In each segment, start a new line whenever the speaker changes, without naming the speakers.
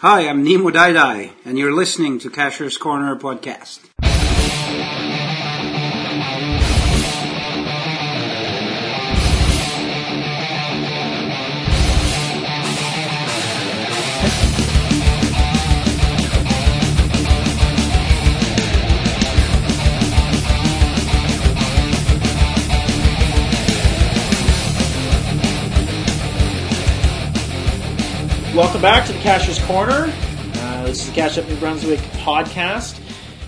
Hi, I'm Nemo Daidai, and you're listening to Cashier's Corner podcast.
Welcome back to the Cashier's Corner. Uh, this is the Cash Up New Brunswick podcast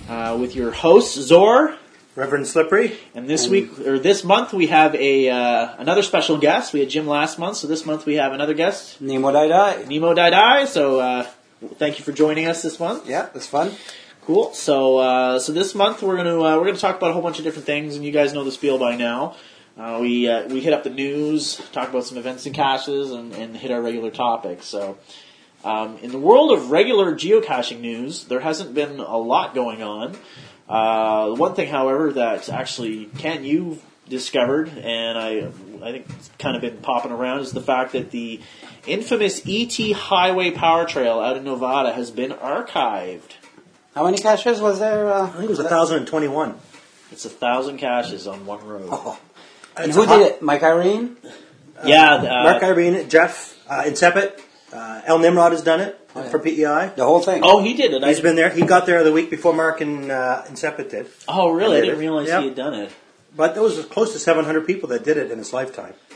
uh, with your host Zor.
Reverend Slippery.
And this week or this month we have a uh, another special guest. We had Jim last month, so this month we have another guest,
Nemo Daidai.
Nemo Dai Dai. So uh, thank you for joining us this month.
Yeah, that's fun.
Cool. So uh, so this month we're gonna uh, we're gonna talk about a whole bunch of different things, and you guys know this feel by now. Uh, we uh, we hit up the news, talk about some events and caches, and, and hit our regular topics. So um, in the world of regular geocaching news, there hasn't been a lot going on. Uh, one thing, however, that actually Ken you discovered, and I I think it's kind of been popping around, is the fact that the infamous ET Highway Power Trail out in Nevada has been archived.
How many caches was there? Uh,
I think it was 1,021.
It's a thousand caches on one road.
Oh.
Uh,
And who did it? Mike Irene?
yeah, uh,
Mark Irene, Jeff, uh, Insepit, uh, El Nimrod has done it
Oh, yeah.
for PEI.
The whole thing.
oh, he did it. I
He's been there. He got there the week before Mark and uh, Insepit did.
oh, really? I didn't
Yeah.
realize he had done it.
But there was close to 700 people that did it in his lifetime.
Ah,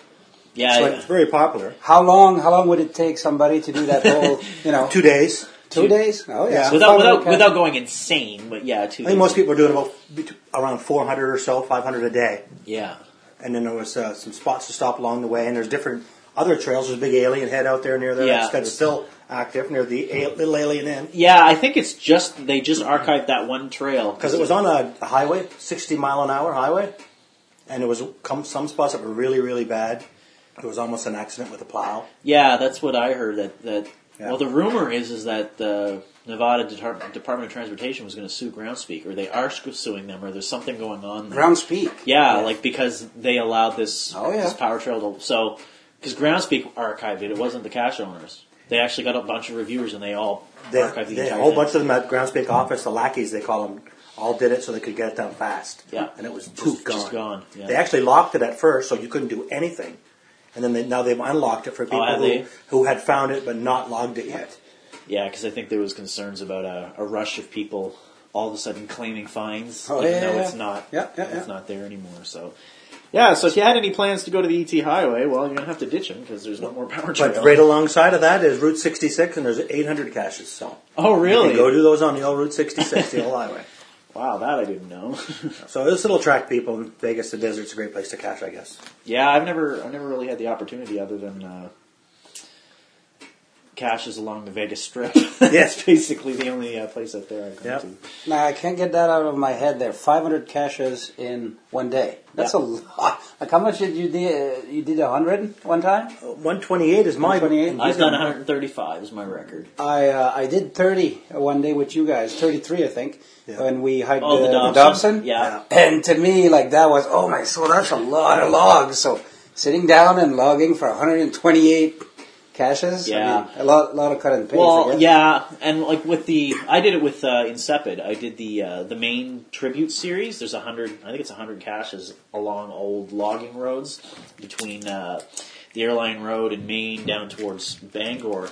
Yeah,
So
yeah.
it's very popular.
How long? How long would it take somebody to do that whole? You know,
Two days.
two days? Oh yeah. Five
without
Yeah.
without
hundred
without going insane, but yeah, two.
I think most people are doing about bet- around 400 or so, 500 a day.
Yeah,
And then there was uh, some spots to stop along the way, and there's different other trails. There's Big Alien Head out there near there
Yeah.
that's, that's still active near the a- Little Alien Inn.
yeah. I think it's just they just archived that one trail
because it was on a a highway, sixty mile an hour highway, and it was come some spots that were really really bad. It was almost an accident with a plow.
Yeah, that's what I heard. That that
Yeah.
well, the rumor is is that the Nevada Depart- Department of Transportation was going to sue Groundspeak, or they are scu- suing them, or there's something going on. There.
Ground speak.
yeah, like because they allowed this
Oh, yeah.
this power trail to so because Groundspeak archived it. It wasn't the cash owners. They actually got a bunch of reviewers, and they all
They,
archived the
they- a
entire
whole
thing.
bunch of them at Groundspeak office, the lackeys they call them, all did it so they could get it done fast.
Yeah.
and it was just
Poof,
gone.
just gone, yeah.
They actually locked it at first, so you couldn't do anything. And then they, now they've unlocked it for people
Oh, have they?
who, who had found it but not logged it yet.
Yeah, because I think there was concerns about a, a rush of people all of a sudden claiming fines,
Oh,
even
yeah,
though
yeah,
it's
yeah.
not
Yeah, yeah, yeah.
it's not there anymore. So, yeah. So if you had any plans to go to the ET Highway, well, you're gonna have to ditch them because there's no more power trail.
But right alongside of that is Route 66, and there's 800 caches. So
oh,
you
really?
can go do those on the old Route 66, the old highway.
wow, that I didn't know.
So this will attract people in Vegas. The desert's a great place to cash, I guess.
yeah, I've never I've never really had the opportunity other than uh, caches along the Vegas Strip. That's basically the only uh, place out there I've gone
Yep.
to.
Now I can't get that out of my head. There, five hundred caches in one day. That's
Yeah.
a lot. Like how much did you do? You did a hundred one time?
128 is my
128?
I've done 135 is my record.
I uh, I did 30 one day with you guys, 33 I think,
Yeah.
when we hiked
Oh, the
the,
Dobson?
the Dobson.
Yeah.
And to me, like that was oh my so that's a lot of logs. So sitting down and logging for 128 caches. I
Yeah.
mean, a lot lot of cut and paste. I
Well,
guess.
yeah, and like with the, I did it with uh, Insepid. I did the uh, the main tribute series. There's a hundred, I think it's a hundred caches along old logging roads between uh, the airline road and Maine down towards Bangor,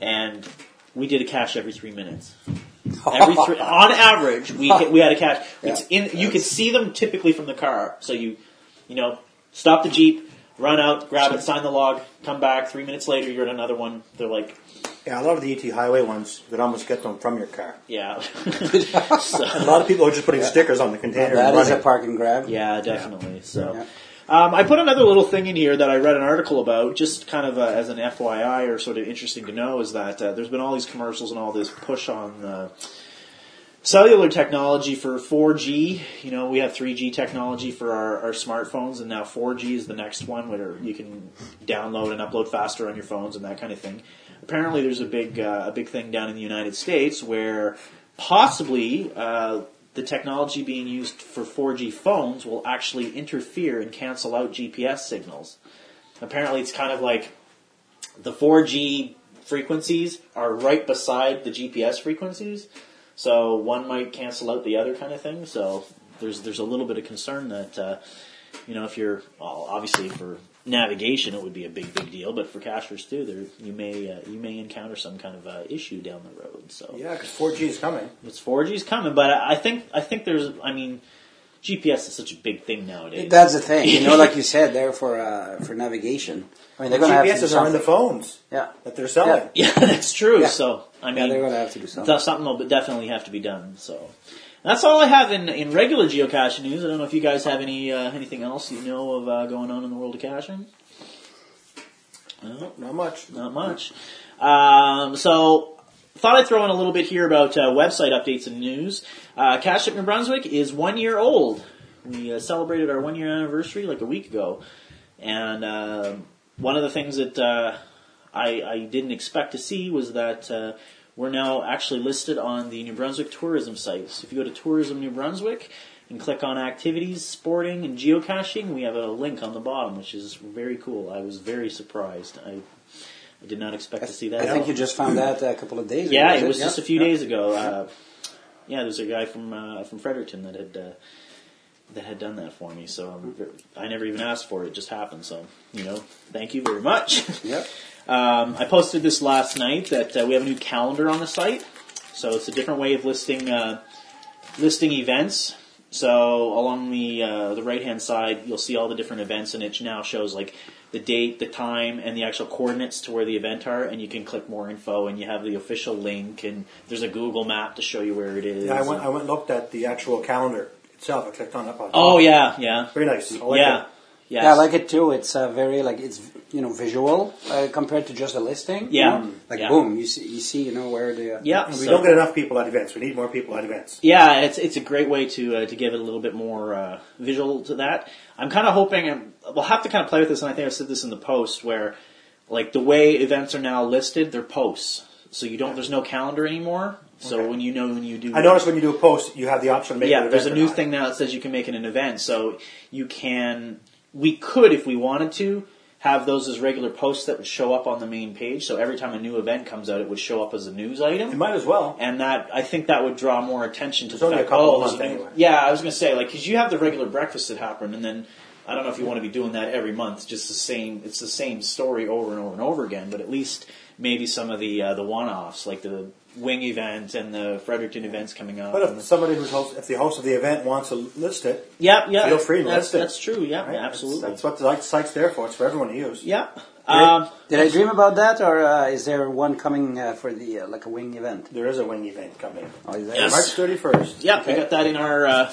and we did a cache every three minutes. Every three, on average, we hit- we had a cache. It's in. You could see them typically from the car. So you, you know, stop the jeep, run out, grab it, sign the log, come back. Three minutes later, you're at another one. They're like.
Yeah, a lot of the ET highway ones, you could almost get them from your car.
Yeah.
A
so,
lot of people are just putting stickers on the container.
that
and
is a
running.
park and grab.
yeah, definitely. So, um, I put another little thing in here that I read an article about, just kind of uh, as an FYI or sort of interesting to know, is that uh, there's been all these commercials and all this push on uh, cellular technology for 4G. You know, we have 3G technology for our, our smartphones, and now 4G is the next one where you can download and upload faster on your phones and that kind of thing. Apparently, there's a big uh, a big thing down in the United States where possibly uh, the technology being used for 4G phones will actually interfere and cancel out GPS signals. Apparently, it's kind of like the 4G frequencies are right beside the GPS frequencies, so one might cancel out the other kind of thing. So there's there's a little bit of concern that uh, you know if you're well, obviously for navigation it would be a big big deal, but for cashers too, there you may uh, you may encounter some kind of uh, issue down the road. So
Yeah, because 4G is coming.
it's 4G is coming, but I think I think there's I mean GPS is such a big thing nowadays.
That's the thing, you know, like you said there for uh, for navigation. I mean, they're going to have to do
GPSs are in the
something.
phones
Yeah,
that they're selling.
Yeah.
Yeah, that's true.
Yeah.
So I
yeah,
mean,
they're going to have to do something.
th- something will definitely have to be done. So that's all I have in, in regular geocaching news. I don't know if you guys have any uh, anything else you know of uh, going on in the world of caching. No,
Not much.
not much. Um, so. Thought I'd throw in a little bit here about uh, website updates and news. Uh, Cache Ship New Brunswick is one year old. We uh, celebrated our one year anniversary like a week ago. And um, one of the things that uh, I, I didn't expect to see was that uh, we're now actually listed on the New Brunswick tourism sites. If you go to Tourism New Brunswick and click on activities, sporting, and geocaching, we have a link on the bottom, which is very cool. I was very surprised. I, I did not expect to see that.
I
at
think
all.
you just found that a couple of days ago.
Yeah,
was
it was
Yeah.
just a few
Yeah.
days ago. Uh, yeah, there's a guy from uh, from Fredericton that had uh, that had done that for me. So I'm, ver- I never even asked for it; it just happened. So you know, thank you very much.
Yep.
Um, I posted this last night that uh, we have a new calendar on the site, so it's a different way of listing uh, listing events. So along the uh, the right hand side, you'll see all the different events, and it now shows like the date, the time, and the actual coordinates to where the event are. And you can click more info, and you have the official link, and there's a Google map to show you where it is.
Yeah, I went.
and-
I went and looked at the actual calendar itself. I clicked on that.
oh yeah, yeah,
very nice. I like
yeah,
it.
yeah.
Yeah, I like it too. It's uh, very like it's you know visual uh, compared to just a listing.
Yeah.
You know, like
Yeah.
boom, you see, you see, you know where the uh,
yeah.
And we
so-
don't get enough people at events. We need more people at events.
Yeah, it's it's a great way to uh, to give it a little bit more uh, visual to that. I'm kind of hoping and we'll have to kind of play with this, and I think I said this in the post where like the way events are now listed, they're posts, so you don't there's no calendar anymore. So
Okay.
when you know when you do,
I noticed when you do a post, you have the option to make. it
yeah,
an
there's a
event
new
or not.
thing now that says you can make it an event. So you can, we could, if we wanted to, have those as regular posts that would show up on the main page. So every time a new event comes out, it would show up as a news item
You might as well.
and that I think that would draw more attention to
There's
the
only
fact.
a couple
oh,
a
there's
month
a new-
anyway.
Yeah, I was gonna say like because you have the regular breakfast that happen, and then I don't know if you want to be doing that every month. Just the same, it's the same story over and over and over again. But at least maybe some of the uh, the one offs like the wing event and the Fredericton events coming up.
But
and
if
the-
somebody who's host, if the host of the event wants to list it,
yeah, yeah,
feel free to
that's,
list it.
that's true. Yeah,
right? That's-
absolutely.
That's, what the site's there for. It's for everyone to use.
yeah. Um,
Did I dream about that, or uh, is there one coming uh, for the uh, like a wing event?
There is a wing event coming.
Oh, is there?
Yes.
March 31st.
yeah,
Okay.
we got that in our uh,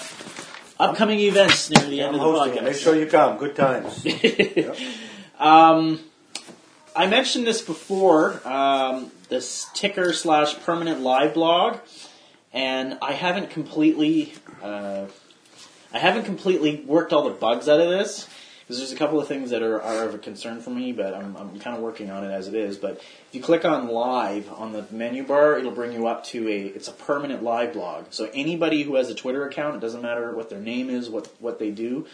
upcoming events near the end of
I'm
the
hosting it.
podcast.
Make sure you come. Good times.
I mentioned this before. Um, this ticker slash permanent live blog, and I haven't completely, uh, I haven't completely worked all the bugs out of this because there's a couple of things that are, are of a concern for me, but I'm, I'm kind of working on it as it is. But if you click on live on the menu bar, it'll bring you up to a it's a permanent live blog. So anybody who has a Twitter account, it doesn't matter what their name is, what what they do.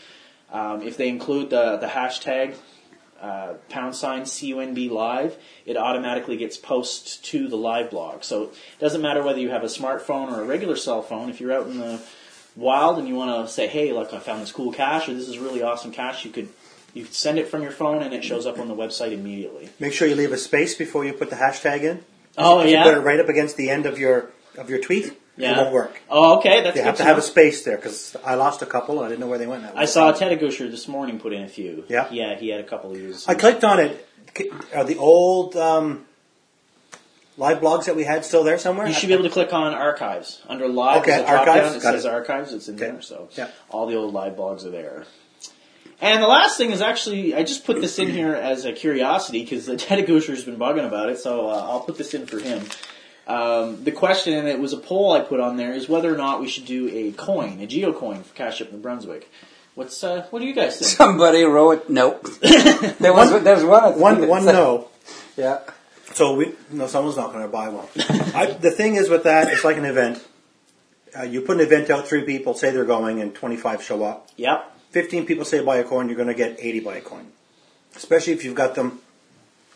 Um, if they include the, the hashtag uh, pound sign CUNB live, it automatically gets posted to the live blog. So it doesn't matter whether you have a smartphone or a regular cell phone. If you're out in the wild and you want to say, "Hey, look, I found this cool cache or this is really awesome cache," you could you could send it from your phone and it shows up on the website immediately.
Make sure you leave a space before you put the hashtag in.
Oh
You put it
yeah,
right up against the end of your of your tweet. It
yeah.
won't work.
Oh okay, that's
You
good
have to
to
have
know.
a space there because I lost a couple. I didn't know where they went. That
I saw Ted Agusher this morning put in a few.
Yeah.
yeah, he had a couple of years.
I clicked on it. C- Are the old um, live blogs that we had still there somewhere?
You should be able to click on archives under live.
Okay,
there's a drop
archives,
down. It
got
says
it.
archives. It's in
Okay,
there. So
yeah.
all the old live blogs are there. And the last thing is actually, I just put this in here as a curiosity because the Ted Gusher's been bugging about it, so uh, I'll put this in for him. Um, the question, and it was a poll I put on there, is whether or not we should do a coin, a geocoin for Cash Up New Brunswick. What's uh, what do you guys think?
Somebody wrote no. there was there's one. I think
One
it's
one
like-
no.
Yeah.
So we no, someone's not going to buy one. I, the thing is with that, it's like an event. Uh, you put an event out, three people say they're going, and twenty-five show up.
Yep.
Fifteen people say buy a coin, you're going to get eighty buy a coin. Especially if you've got them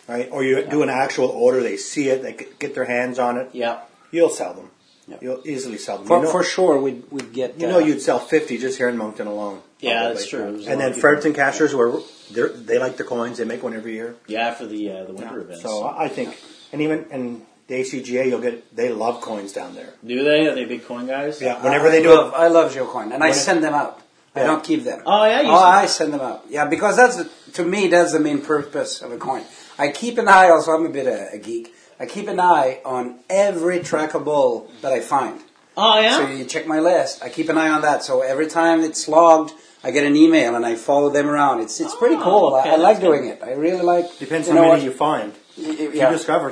right? Or you do an actual order, they see it, they get- get their hands on it.
Yeah.
You'll sell them.
Yeah.
You'll easily sell them.
For,
you know,
for sure, we'd, we'd get.
you
uh,
know you'd sell 50 just here in Moncton alone.
Yeah,
probably.
that's true. There's a
And
lot
then
of people-
Fredericton Cashers, where they're- they like the coins, they make one every year.
Yeah, for the uh, the winter events.
So I I think, and even and the ACGA, you'll get they love coins down there.
do they? Are they big coin guys?
Yeah, whenever
I
they do
love,
it,
I love Geocoin, and I
When-
send them out. I
Yeah.
don't keep them.
Oh, yeah, you
oh,
send-
I send them out. Yeah, because that's to me that's the main purpose of a coin. I keep an eye. Also, I'm a bit uh, a, a geek. I keep an eye on every trackable that I find.
Oh yeah.
So you check my list. I keep an eye on that. So every time it's logged, I get an email and I follow them around. It's it's pretty
Oh,
cool.
okay,
I, I like
that's
doing it. I really like.
depends
you
how
know
many you
what?
find.
Y- y-
If
yeah.
you discover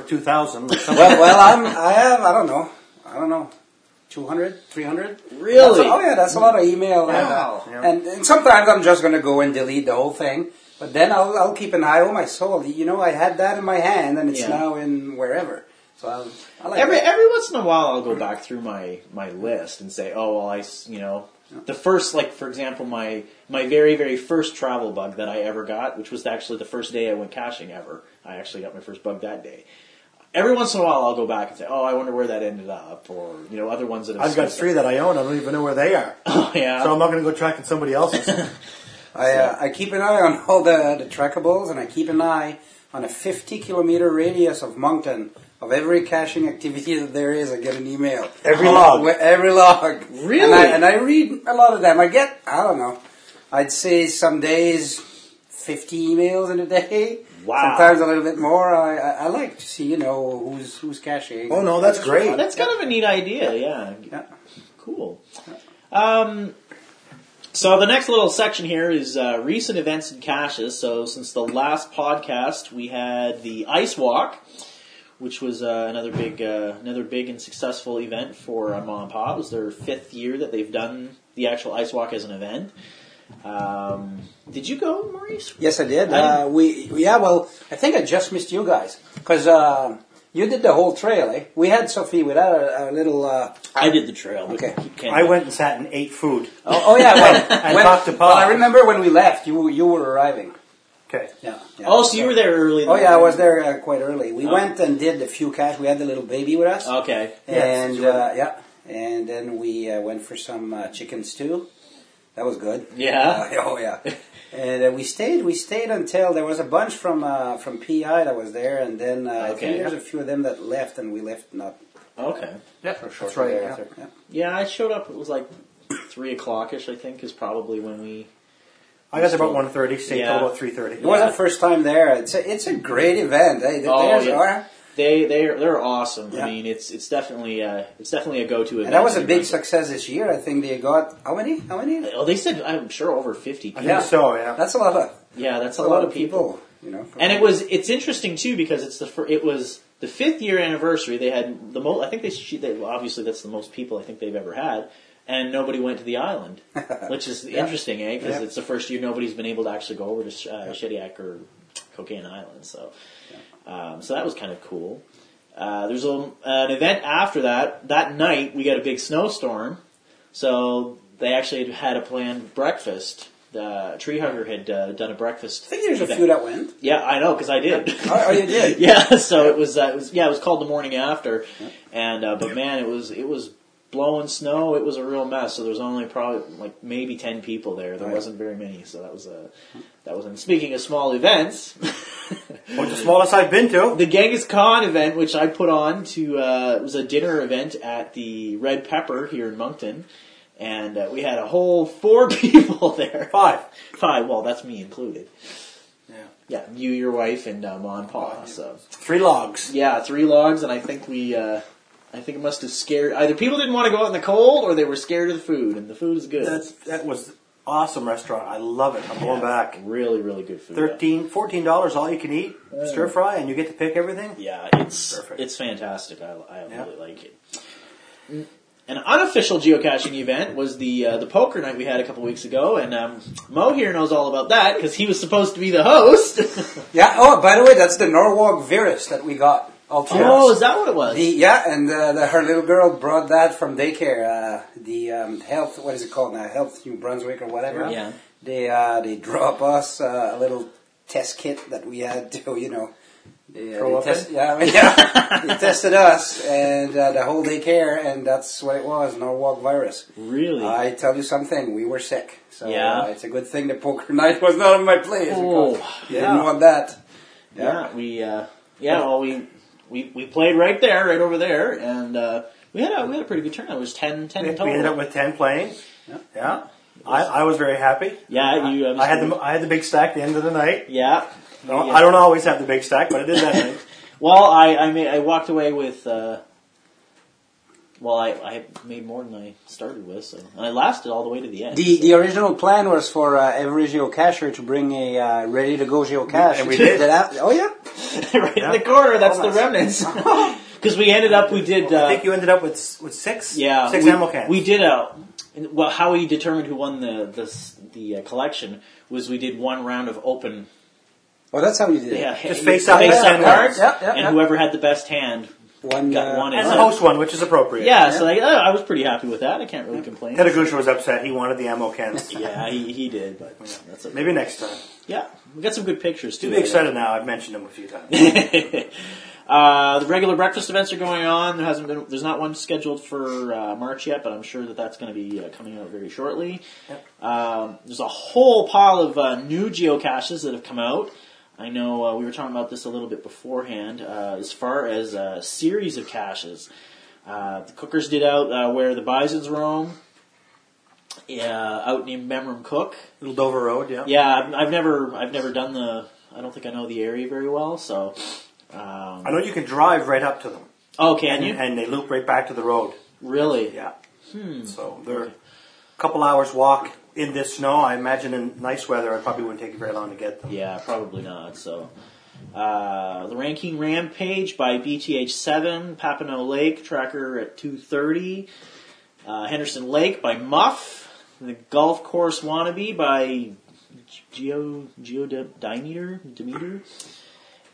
2,000, or something,
well, well, I'm I have I don't know I don't know. 200, 300?
Really?
That's- oh yeah, that's a lot of email. and,
Wow.
uh, And, and sometimes I'm just going to go and delete the whole thing, but then I'll, I'll keep an eye. Oh my soul, you know, I had that in my hand, and it's
Yeah.
now in wherever. So I'll, I like
Every
that.
every once in a while, I'll go back through my my list and say, oh well, I s- you know the first like for example my my very very first travel bug that I ever got, which was actually the first day I went caching ever. I actually got my first bug that day. Every once in a while, I'll go back and say, oh, I wonder where that ended up, or you know other ones that have
I've got
slipped-
three that I own. I don't even know where they are.
Oh, yeah.
So I'm not going to go tracking somebody else's.
I, uh, I keep an eye on all the, the trackables, and I keep an eye on a 50 kilometer radius of Moncton of every caching activity that there is. I get an email.
Every log.
Wh- Every log.
Really?
And I, and I read a lot of them. I get, I don't know, I'd say some days 50 emails in a day.
Wow.
Sometimes a little bit more. I, I, I like to see, you know, who's who's caching.
Oh, no, that's great.
That's kind of a neat idea, yeah.
Yeah.
Cool. Um, so the next little section here is uh, recent events and caches. So since the last podcast, we had the Ice Walk, which was uh, another big, uh, another big and successful event for uh, Mom and Pop. It was their fifth year that they've done the actual Ice Walk as an event. Um, did you go, Maurice?
Yes, I did.
I-
uh, we yeah. Well, I think I just missed you guys because uh, you did the whole trail. Eh? We had Sophie with our, our little. Uh,
I did the trail. but
Okay.
you can't-
I went and sat and ate food.
oh, oh yeah.
And
Well, when,
talked to Paul.
well, I remember when we left. You you were arriving.
Okay.
Yeah. yeah.
Oh, so you were there early.
Oh
then.
yeah, I was there uh, quite early. We
Oh.
went and did a few cash. We had the little baby with
Oh,
us,
Okay.
Yes,
and
you were.
uh, yeah, and then we uh, went for some uh, chicken stew. That was good.
Yeah.
Uh, oh yeah. And uh, we stayed. We stayed until there was a bunch from uh, from PI that was there, and then uh, I
Okay.
think there's a few of them that left, and we left not
Okay.
for sure.
That's right,
thereafter. Yeah.
Yeah, I showed up. It was like three o'clock ish. I think is probably when we.
I got there about 1.30, stayed
Yeah.
till about 3.30.
It was our first time there. It's a, it's a great event. Eh? The
Oh,
bears
yeah.
are-
They they are, they're awesome.
Yeah.
I mean, it's it's definitely uh, it's definitely a go to event.
And that was a big
success.
success this year. I think they got how many? How many?
Oh, they said I'm sure over fifty.
I
People.
think so, yeah.
That's a lot of
Yeah, that's
that's a lot of people. You know.
And it was it's interesting too because it's the fir- it was the fifth year anniversary. They had the most. I think they, she- they obviously that's the most people I think they've ever had, and nobody went to the island, which is interesting, eh? Because
Yeah.
it's the first year nobody's been able to actually go over to Sh- uh, Shediac or Cocaine Island. So, um, so that was kind of cool. Uh, there's a, an event after that. That night we got a big snowstorm, so they actually had a planned breakfast. The tree hugger had uh, done a breakfast.
I think there's a
event.
few that went.
Yeah, I know because I did.
Oh, oh, you did.
yeah, so it was. Uh, it was yeah, it was called the morning after, and uh, but man, it was it was blowing snow. It was a real mess. So there was only probably like maybe ten people there. There
Right.
wasn't very many. So that was a that was. And speaking of small events,
Well, the smallest I've been to.
the Genghis Khan event, which I put on to, uh, it was a dinner event at the Red Pepper here in Moncton, and uh, we had a whole four people there.
Five.
Five. Well, that's me included.
Yeah.
Yeah, you, your wife, and uh, Ma and Pa. So
Three logs.
yeah, three logs, and I think we, uh, I think it must have scared either people didn't want to go out in the cold or they were scared of the food, and the food is good.
That's, that was awesome restaurant. I love it. I'm going back.
really, really good food. yeah.
Thirteen, fourteen dollars all you can eat, stir fry, and you get to pick everything.
Yeah, it's
Perfect.
it's fantastic. I, I
Yeah.
really like it. An unofficial geocaching event was the uh, the poker night we had a couple weeks ago, and um, Mo here knows all about that because he was supposed to be the host.
Yeah. Oh, by the way, that's the Norwalk Virus that we got. All three of us.
oh, is that what it was?
The, yeah, and uh, the, her little girl brought that from daycare. Uh, the um, health, what is it called now? Health New Brunswick or whatever.
Yeah.
They uh, they drop us uh, a little test kit that we had to, you know, They, uh,
Throw
they
up
test- yeah, I mean, yeah. they tested us and uh, the whole daycare, and that's what it was, Norwalk virus.
Really?
I tell you something, we were sick. So
Yeah.
uh, it's a good thing that poker night was not on my place.
Oh,
because you
yeah.
didn't want that.
yeah. we uh, yeah, well, we, we we played right there, right over there, and uh, we had a we had a pretty good turnout. It was 10, 10
We
in total.
ended up with ten playing. Yeah, I, I was very happy.
yeah, you. Uh,
I had
Mr.
the I had the big stack at the end of the night.
Yeah.
No,
Yeah.
I don't always have the big stack, but I did that night.
Well, I I, made, I walked away with. Uh, well, I, I made more than I started with, so and I lasted all the way to the end.
The the original plan was for uh, every geocacher to bring a uh, ready to go geocache.
And we did.
that. Oh yeah,
right
Yeah.
in the corner. That's the
Almost.
remnants. Because we ended up, we did. Uh,
I think you ended up with s- with six.
yeah,
six
we,
ammo cans.
We did a. and Well, how we determined who won the the s- the uh, collection was we did one round of open.
well Oh, that's how you did it.
Yeah,
Just face
up
out
face
the
out
hand.
cards,
Yeah, yeah,
and
yeah.
whoever had the best hand.
One
Got
uh,
one
and
in.
the host one, which is appropriate.
Yeah, so like, oh, I was pretty happy with that. I can't really complain.
Hedagusha was upset. He wanted the ammo cans.
Yeah, he, he did, but that's okay.
Maybe next time.
Yeah, we got some good pictures too.
Be excited now. I've mentioned him a few times.
Uh, the regular breakfast events are going on. There hasn't been, there's not one scheduled for uh, March yet, but I'm sure that that's going to be uh, coming out very shortly. Um, there's a whole pile of uh, new geocaches that have come out. I know uh, we were talking about this a little bit beforehand. Uh, as far as a series of caches, uh, the Cookers did out uh, where the Bison's roam, uh, out near Memram Cook.
Little Dover Road, yeah.
Yeah, I've, I've never I've never done the. I don't think I know the area very well, so. Um,
I know you can drive right up to them,
oh, can
and,
you?
and they loop right back to the road.
Really?
Yeah.
Hmm.
So they're a couple hours walk in this snow. I imagine in nice weather, it probably wouldn't take you very long to get them.
Yeah, probably not. So, uh, the Ranking Rampage by BTH7, Papineau Lake Tracker at 2:30, uh, Henderson Lake by Muff, the Golf Course Wannabe by Geo Geo De- Dimeter Demeter,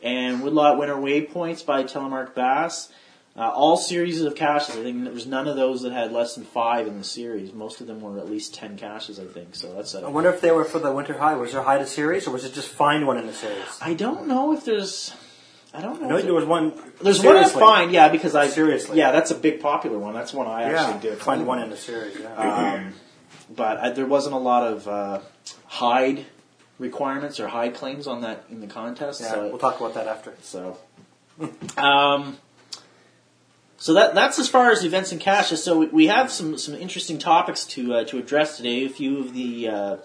and Woodlot Winter Waypoints by Telemark Bass. Uh, all series of caches. I think there was none of those that had less than five in the series. Most of them were at least ten caches, I think. So that's a,
I wonder if they were for the winter high. Was there high to series, or was it just find one in the series?
I don't know if there's. I don't know.
I know
if
there was one.
there's one I
seriously.
find, yeah, because I
Seriously.
yeah, that's a big popular one. That's one I
Yeah,
actually did
find one in the series. Yeah.
Um, but I, there wasn't a lot of uh, hide requirements or hide claims on that in the contest.
yeah,
so
we'll talk about that after.
so, um, so that that's as far as events and caches. So we, we have some some interesting topics to uh, to address today. A few of the uh,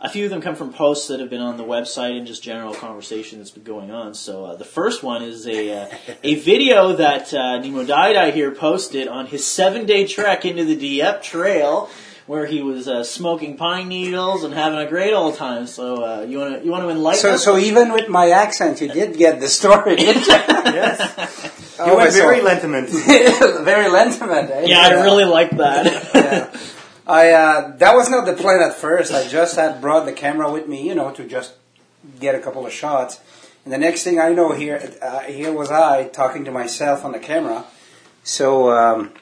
a few of them come from posts that have been on the website and just general conversation that's been going on. So uh, the first one is a uh, a video that uh, Nemo Daidai here posted on his seven day trek into the Dieppe Trail. Where he was uh, smoking pine needles and having a great old time. So uh, you want to you want to enlighten
So
us?
so even with my accent, you did get the story. didn't you?
yes, you
Oh,
went
so-
very lentiment.
very lentiment. Eh?
Yeah, I really like that.
Yeah. I uh, that was not the plan at first. I just had brought the camera with me, you know, to just get a couple of shots. And the next thing I know, here uh, here was I talking to myself on the camera. So um,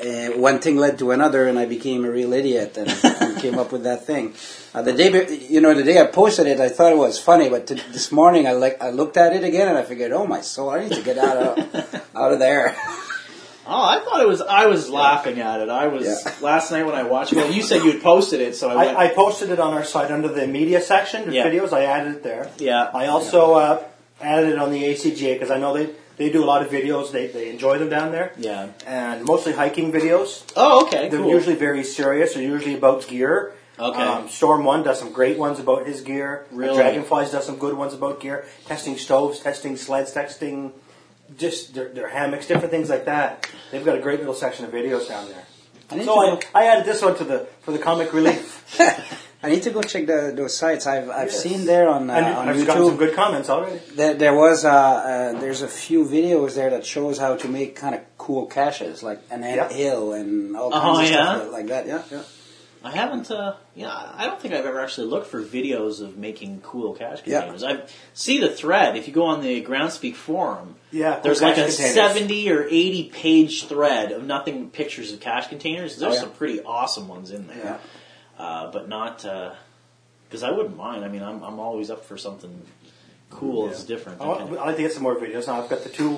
uh, one thing led to another, and I became a real idiot and, and came up with that thing. Uh, the day, be- you know, the day I posted it, I thought it was funny, but t- this morning I like I looked at it again and I figured, oh my soul, I need to get out of out of there.
oh, I thought it was. I was laughing at it. I was
Yeah.
last night when I watched. Well, you said you had posted it, so I went.
I, I posted it on our site under the media section, the
Yeah.
videos. I added it there.
Yeah.
I also uh, added it on the ACGA because I know they, they do a lot of videos. They, they enjoy them down there.
yeah.
And mostly hiking videos.
Oh, okay.
They're
cool.
usually very serious. They're usually about gear. Um,
Okay.
Storm One does some great ones about his gear.
Really?
Dragonflies does some good ones about gear. Testing stoves, testing sleds, testing just their, their hammocks, different things like that. They've got a great little section of videos down there.
I need
So
to
I, I added this one to the for the comic relief.
I need to go check the, those sites. I've I've
Yes.
seen there on uh,
And
on
I've gotten some
YouTube.
good comments already.
There, there was uh, uh, there's a few videos there that shows how to make kind of cool caches, like an ant
Yeah. Uh-huh,
hill and all
Oh,
kinds of
yeah?
stuff that- like that. Yeah, yeah.
I haven't. Uh, yeah, I don't think I've ever actually looked for videos of making cool cash
Yeah.
containers. I see the thread if you go on the Groundspeak forum.
Yeah,
There's
cool
like a
cache Oh, containers.
seventy or eighty page thread of nothing but pictures of cash containers. There's
Oh, yeah.
some pretty awesome ones in there.
Yeah.
uh, but not because I wouldn't mind. I mean, I'm I'm always up for something cool is different.
I want- I'd like to get some more videos. Now I've got the two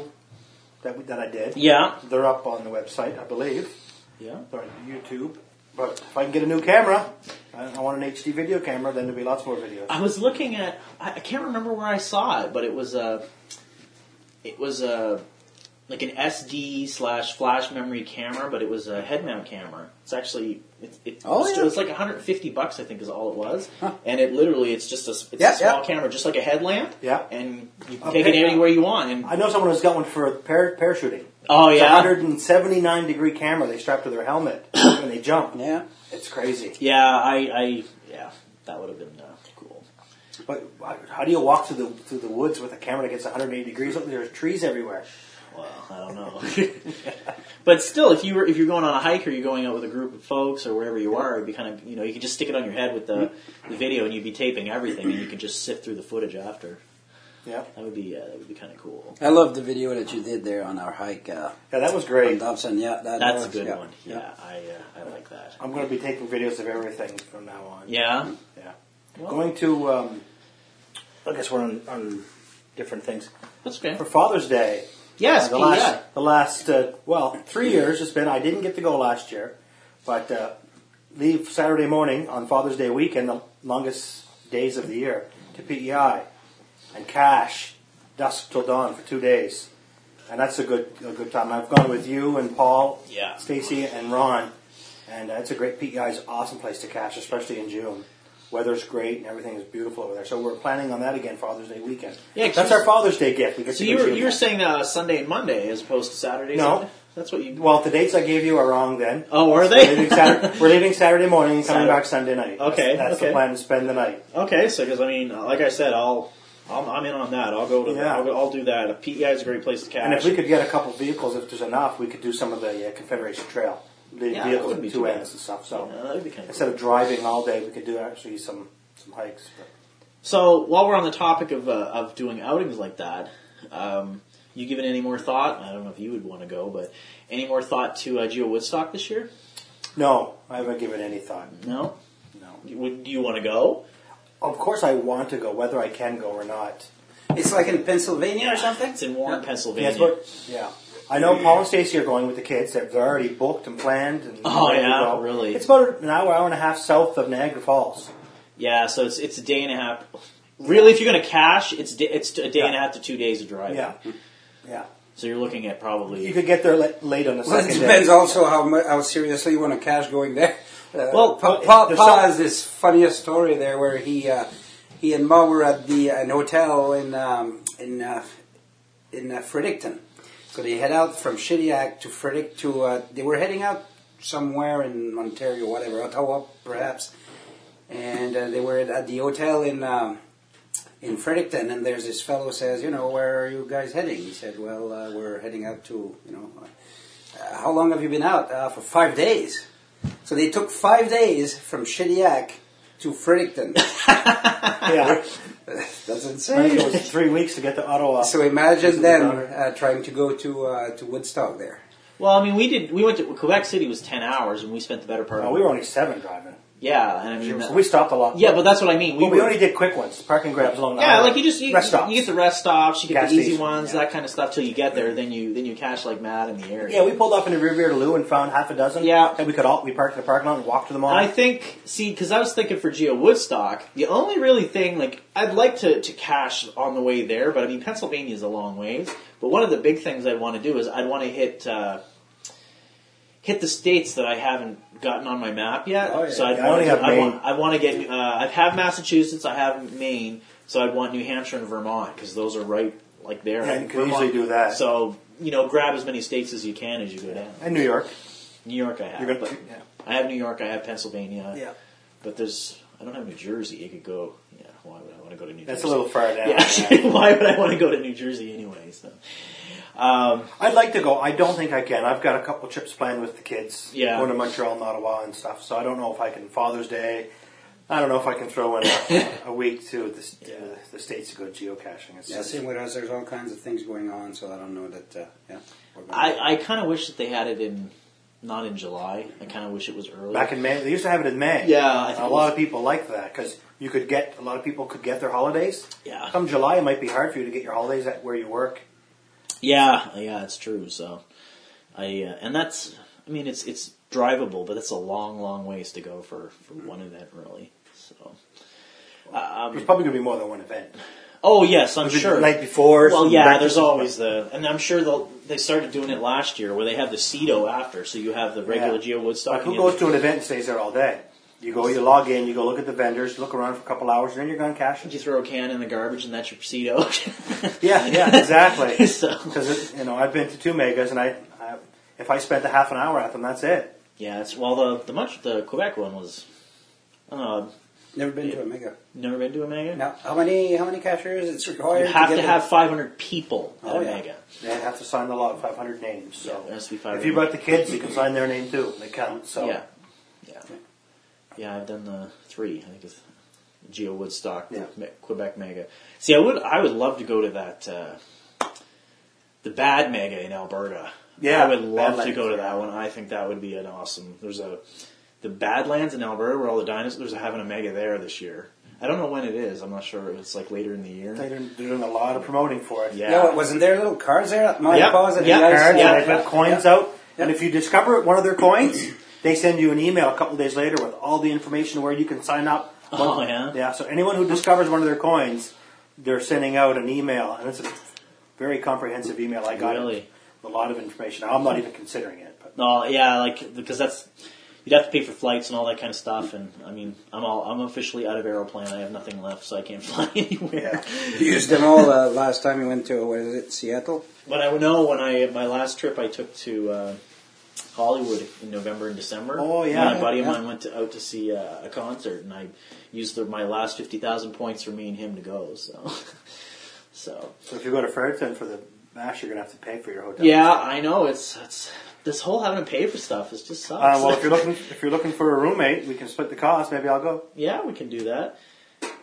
that, we- that I did.
yeah,
They're up on the website, I believe.
yeah.
They're on YouTube. But if I can get a new camera, I, I want an HD video camera, then there'll be lots more videos.
I was looking at. I, I can't remember where I saw it, but it was a. It was a like an SD slash flash memory camera, but it was a head mount camera. It's actually it's it's
Oh,
it's,
yeah.
it's like 150 bucks, I think, is all it was. And it literally it's just a s- it's
Yeah,
a small
yeah.
camera, just like a headlamp.
Yeah.
and you can
A
take
pic-
it anywhere you want. And
I know someone who's got one for par- parachuting.
oh
It's
yeah,
a 179 degree camera they strap to their helmet when they jump.
Yeah.
It's crazy.
yeah, I I yeah, that would have been uh, cool.
But wh- how do you walk through the through the woods with a camera that gets 180 degrees? Look, there's trees everywhere.
Well, I don't know. but still, if you were if you're going on a hike or you're going out with a group of folks or wherever you are, it'd be kind of you know you could just stick it on your head with the, the video and you'd be taping everything and you could just sift through the footage after.
Yeah.
That would be uh, that would be kind of cool.
I love the video that you did there on our hike. Uh,
Yeah, that was
on
great.
Dobson. Yeah, that,
That's a
was-
good
yeah,
one. Yeah, I uh, I like that.
I'm going to be taking videos of everything from now on.
Yeah.
Yeah.
Well-
Going to, um, I guess we're on, on different things.
That's okay.
For Father's Day,
Yes,
uh, the
P-
last,
yeah.
the last uh, well, three years it's been. I didn't get to go last year, but uh, leave Saturday morning on Father's Day weekend, the longest days of the year, to PEI and cash, dusk till dawn for two days, and that's a good a good time. I've gone with you and Paul,
Yeah.
Stacy and Ron, and uh, it's a great PEI is an awesome place to cash, especially in June. Weather's great and everything is beautiful over there. So we're planning on that again Father's Day weekend.
Yeah, 'cause
that's
you-
our Father's Day gift. We get
So
to
you
go
were
June.
you were saying uh, Sunday and Monday as opposed to Saturday.
No.
Sunday? that's what you.
Well, the dates I gave you are wrong then.
Oh, are
We're leaving
they?
Saturday, we're leaving Saturday morning and coming
Saturday.
back Sunday night. That's-
Okay,
That's,
okay.
the plan to spend the night.
Okay, so because I mean, uh, like I said, I'll. I'm, I'm in on that. I'll go to.
Yeah.
I'll, go- I'll do that. Uh, PEI is a great place to cash.
And if we could get a couple vehicles, if there's enough, we could do some of the uh, Confederation Trail. The
Yeah, that
vehicles
wouldn't be
at two
too bad.
ends and stuff. So
Yeah, Uh, that'd be kinda
instead of driving all day, we could do actually some, some hikes.
So while we're on the topic of uh, of doing outings like that, um, you given any more thought? I don't know if you would want to go, but any more thought to uh, Geo Woodstock this year?
No, I haven't given any thought.
No.
No.
Would do you want to go?
Of course, I want to go, whether I can go or not.
It's like in Pennsylvania or something.
It's in Warren, Pennsylvania.
Yes, but yeah, I know Paul and Stacy are going with the kids. They're, they're already booked and planned. And
Oh,
ready to
yeah,
go.
really?
It's about an hour, hour and a half south of Niagara Falls.
yeah, so it's it's a day and a half. Really, if you're going to cash, it's da- it's a day and a half to two days of driving.
Yeah, yeah.
So you're looking at
You
probably.
could get there la- late on the
Well, it
second
depends
day.
also how mu- how seriously you want to cash going there. Uh,
Well,
Pa- Pa-
there's
Pa
some-
has this funniest story there where he uh, he and Ma were at the an hotel in um, in uh, in uh, Fredericton, so they head out from Shediac to Fredict to uh, they were heading out somewhere in Ontario, whatever Ottawa perhaps, and uh, they were at the hotel in. Um, in Fredericton, and there's this fellow says, you know, where are you guys heading? He said, well, uh, we're heading out to, you know, uh, how long have you been out? Uh, for five days. So they took five days from Shediac to Fredericton.
Yeah,
That's
I think it
insane.
was three weeks to get to Ottawa.
so imagine them uh, trying to go to uh, to Woodstock there.
Well, I mean, we did. We went to Quebec City was ten hours, and we spent the better part.
No,
of
Oh, we were only seven driving.
Yeah, and I mean,
So
that-
we stopped a lot.
yeah, but that's what I mean.
Well, we
were-
only did quick ones, parking grabs along the
Yeah,
highway.
like you just you,
rest stops.
you get the rest stops, you get
Gas
the easy
station,
ones,
yeah.
that kind of stuff till you get there. Then you then you cash like mad in the area.
yeah, we pulled off into Riviera Lou and found half a dozen.
Yeah.
and we could all we parked in the parking lot and walked to the mall.
And I think see because I was thinking for Geo Woodstock, the only really thing like I'd like to to cash on the way there, but I mean Pennsylvania is a long ways. But one of the big things I'd want to do is I'd want to hit. Uh, Hit the states that I haven't gotten on my map yet.
Oh, yeah.
So I'd
Yeah, I
want
only
to,
have
I
Maine.
want, I want to get. Uh, I have Massachusetts. I have Maine. So I'd want New Hampshire and Vermont because those are right like there.
yeah, you could
Vermont-
easily do that.
So you know, grab as many states as you can as you go down.
and New York,
New York, I have.
you're gonna.
but
Yeah.
I have New York. I have Pennsylvania.
Yeah.
But there's, I don't have New Jersey. You could go. Yeah. Why would I want to go to New
That's a
Jersey?
little far down.
Yeah. why would I want to go to New Jersey anyway? So. Um,
I'd like to go. I don't think I can. I've got a couple trips planned with the kids.
Yeah.
Going to Montreal and Ottawa and stuff. So I don't know if I can. Father's Day. I don't know if I can throw in a, a week to the, to the States to go geocaching. It's
Yeah,
just-
same with us. There's all kinds of things going on, so I don't know that. Uh, yeah, we're gonna-
I, I kind of wish that they had it in, not in July. I kind of wish it was early.
back in May. They used to have it in May.
Yeah, I think
a
it
lot of people like that because you could get a lot of people could get their holidays.
Yeah.
Come July, it might be hard for you to get your holidays at where you work.
Yeah, yeah, it's true. So, I uh, and that's I mean it's it's drivable, but it's a long, long ways to go for for one event really. So,
There's probably going to be more than one event.
oh yes, Um, I'm
Maybe the
sure.
night before.
Well,
some
yeah,
breakfast
there's
and stuff.
always the, and I'm sure they'll, they started doing it last year where they have the CETO after, so you have the regular
Yeah.
Geo Woodstock.
Like, who
and
goes to an event and stays there all day? You go, you log in, you go look at the vendors, look around for a couple hours, and then you're gone cashing.
you throw a can in the garbage and that's your CETO.
Yeah, yeah, exactly.
So-
Because you know, I've been to two megas, and I, I if I spent a half an hour at them, that's it.
yeah, it's, well, the, the much, the Quebec one was, uh,
Never been to a mega.
never been to a mega?
Now, how many how many cashiers it's required?
You have
to,
to,
get the-
have 500 people at
Oh,
a
yeah.
mega.
They have to sign the lot of 500 names. So
Yeah, there has to be
if
500.
you brought the kids, you can sign their name too. They count. So
Yeah. Yeah. Yeah, I've done the three. I think it's Geo Woodstock, the
Yeah.
Me- Quebec Mega. See, I would I would love to go to that uh, the Bad Mega in Alberta.
Yeah,
I would love to
Badlands.
go to that one. I think that would be an awesome. There's a the Badlands in Alberta where all the dinosaurs are having a mega there this year. I don't know when it is. I'm not sure. It's like later in the year.
they're, doing- they're doing a lot of promoting for it.
Yeah.
Yeah, what, wasn't there little cards there at my
Yep,
deposit?
yep,
You guys-
Cards,
Yeah.
and they put coins out, and if you discover one of their coins, they send you an email a couple days later with all the information where you can sign up.
Oh, yeah?
Yeah. So anyone who discovers one of their coins, they're sending out an email, and it's a very comprehensive email. I got
Really?
a lot of information. I'm not even considering it, but
No, yeah, like because that's you'd have to pay for flights and all that kind of stuff. And I mean, I'm all I'm officially out of aeroplane. I have nothing left, so I can't fly anywhere.
You used them all uh, last time you went to what is it, Seattle?
But I know when I my last trip I took to uh, Hollywood in November and December.
Oh, yeah.
my buddy of
Yeah.
mine went to, out to see uh, a concert, and I used the, my last fifty thousand points for me and him to go. So, so
so if you go to Fredericton for the mash, you're gonna have to pay for your hotel.
yeah, I know it's it's this whole having to pay for stuff is just sucks.
Uh, well, if you're looking if you're looking for a roommate, we can split the cost. Maybe I'll go.
Yeah, we can do that.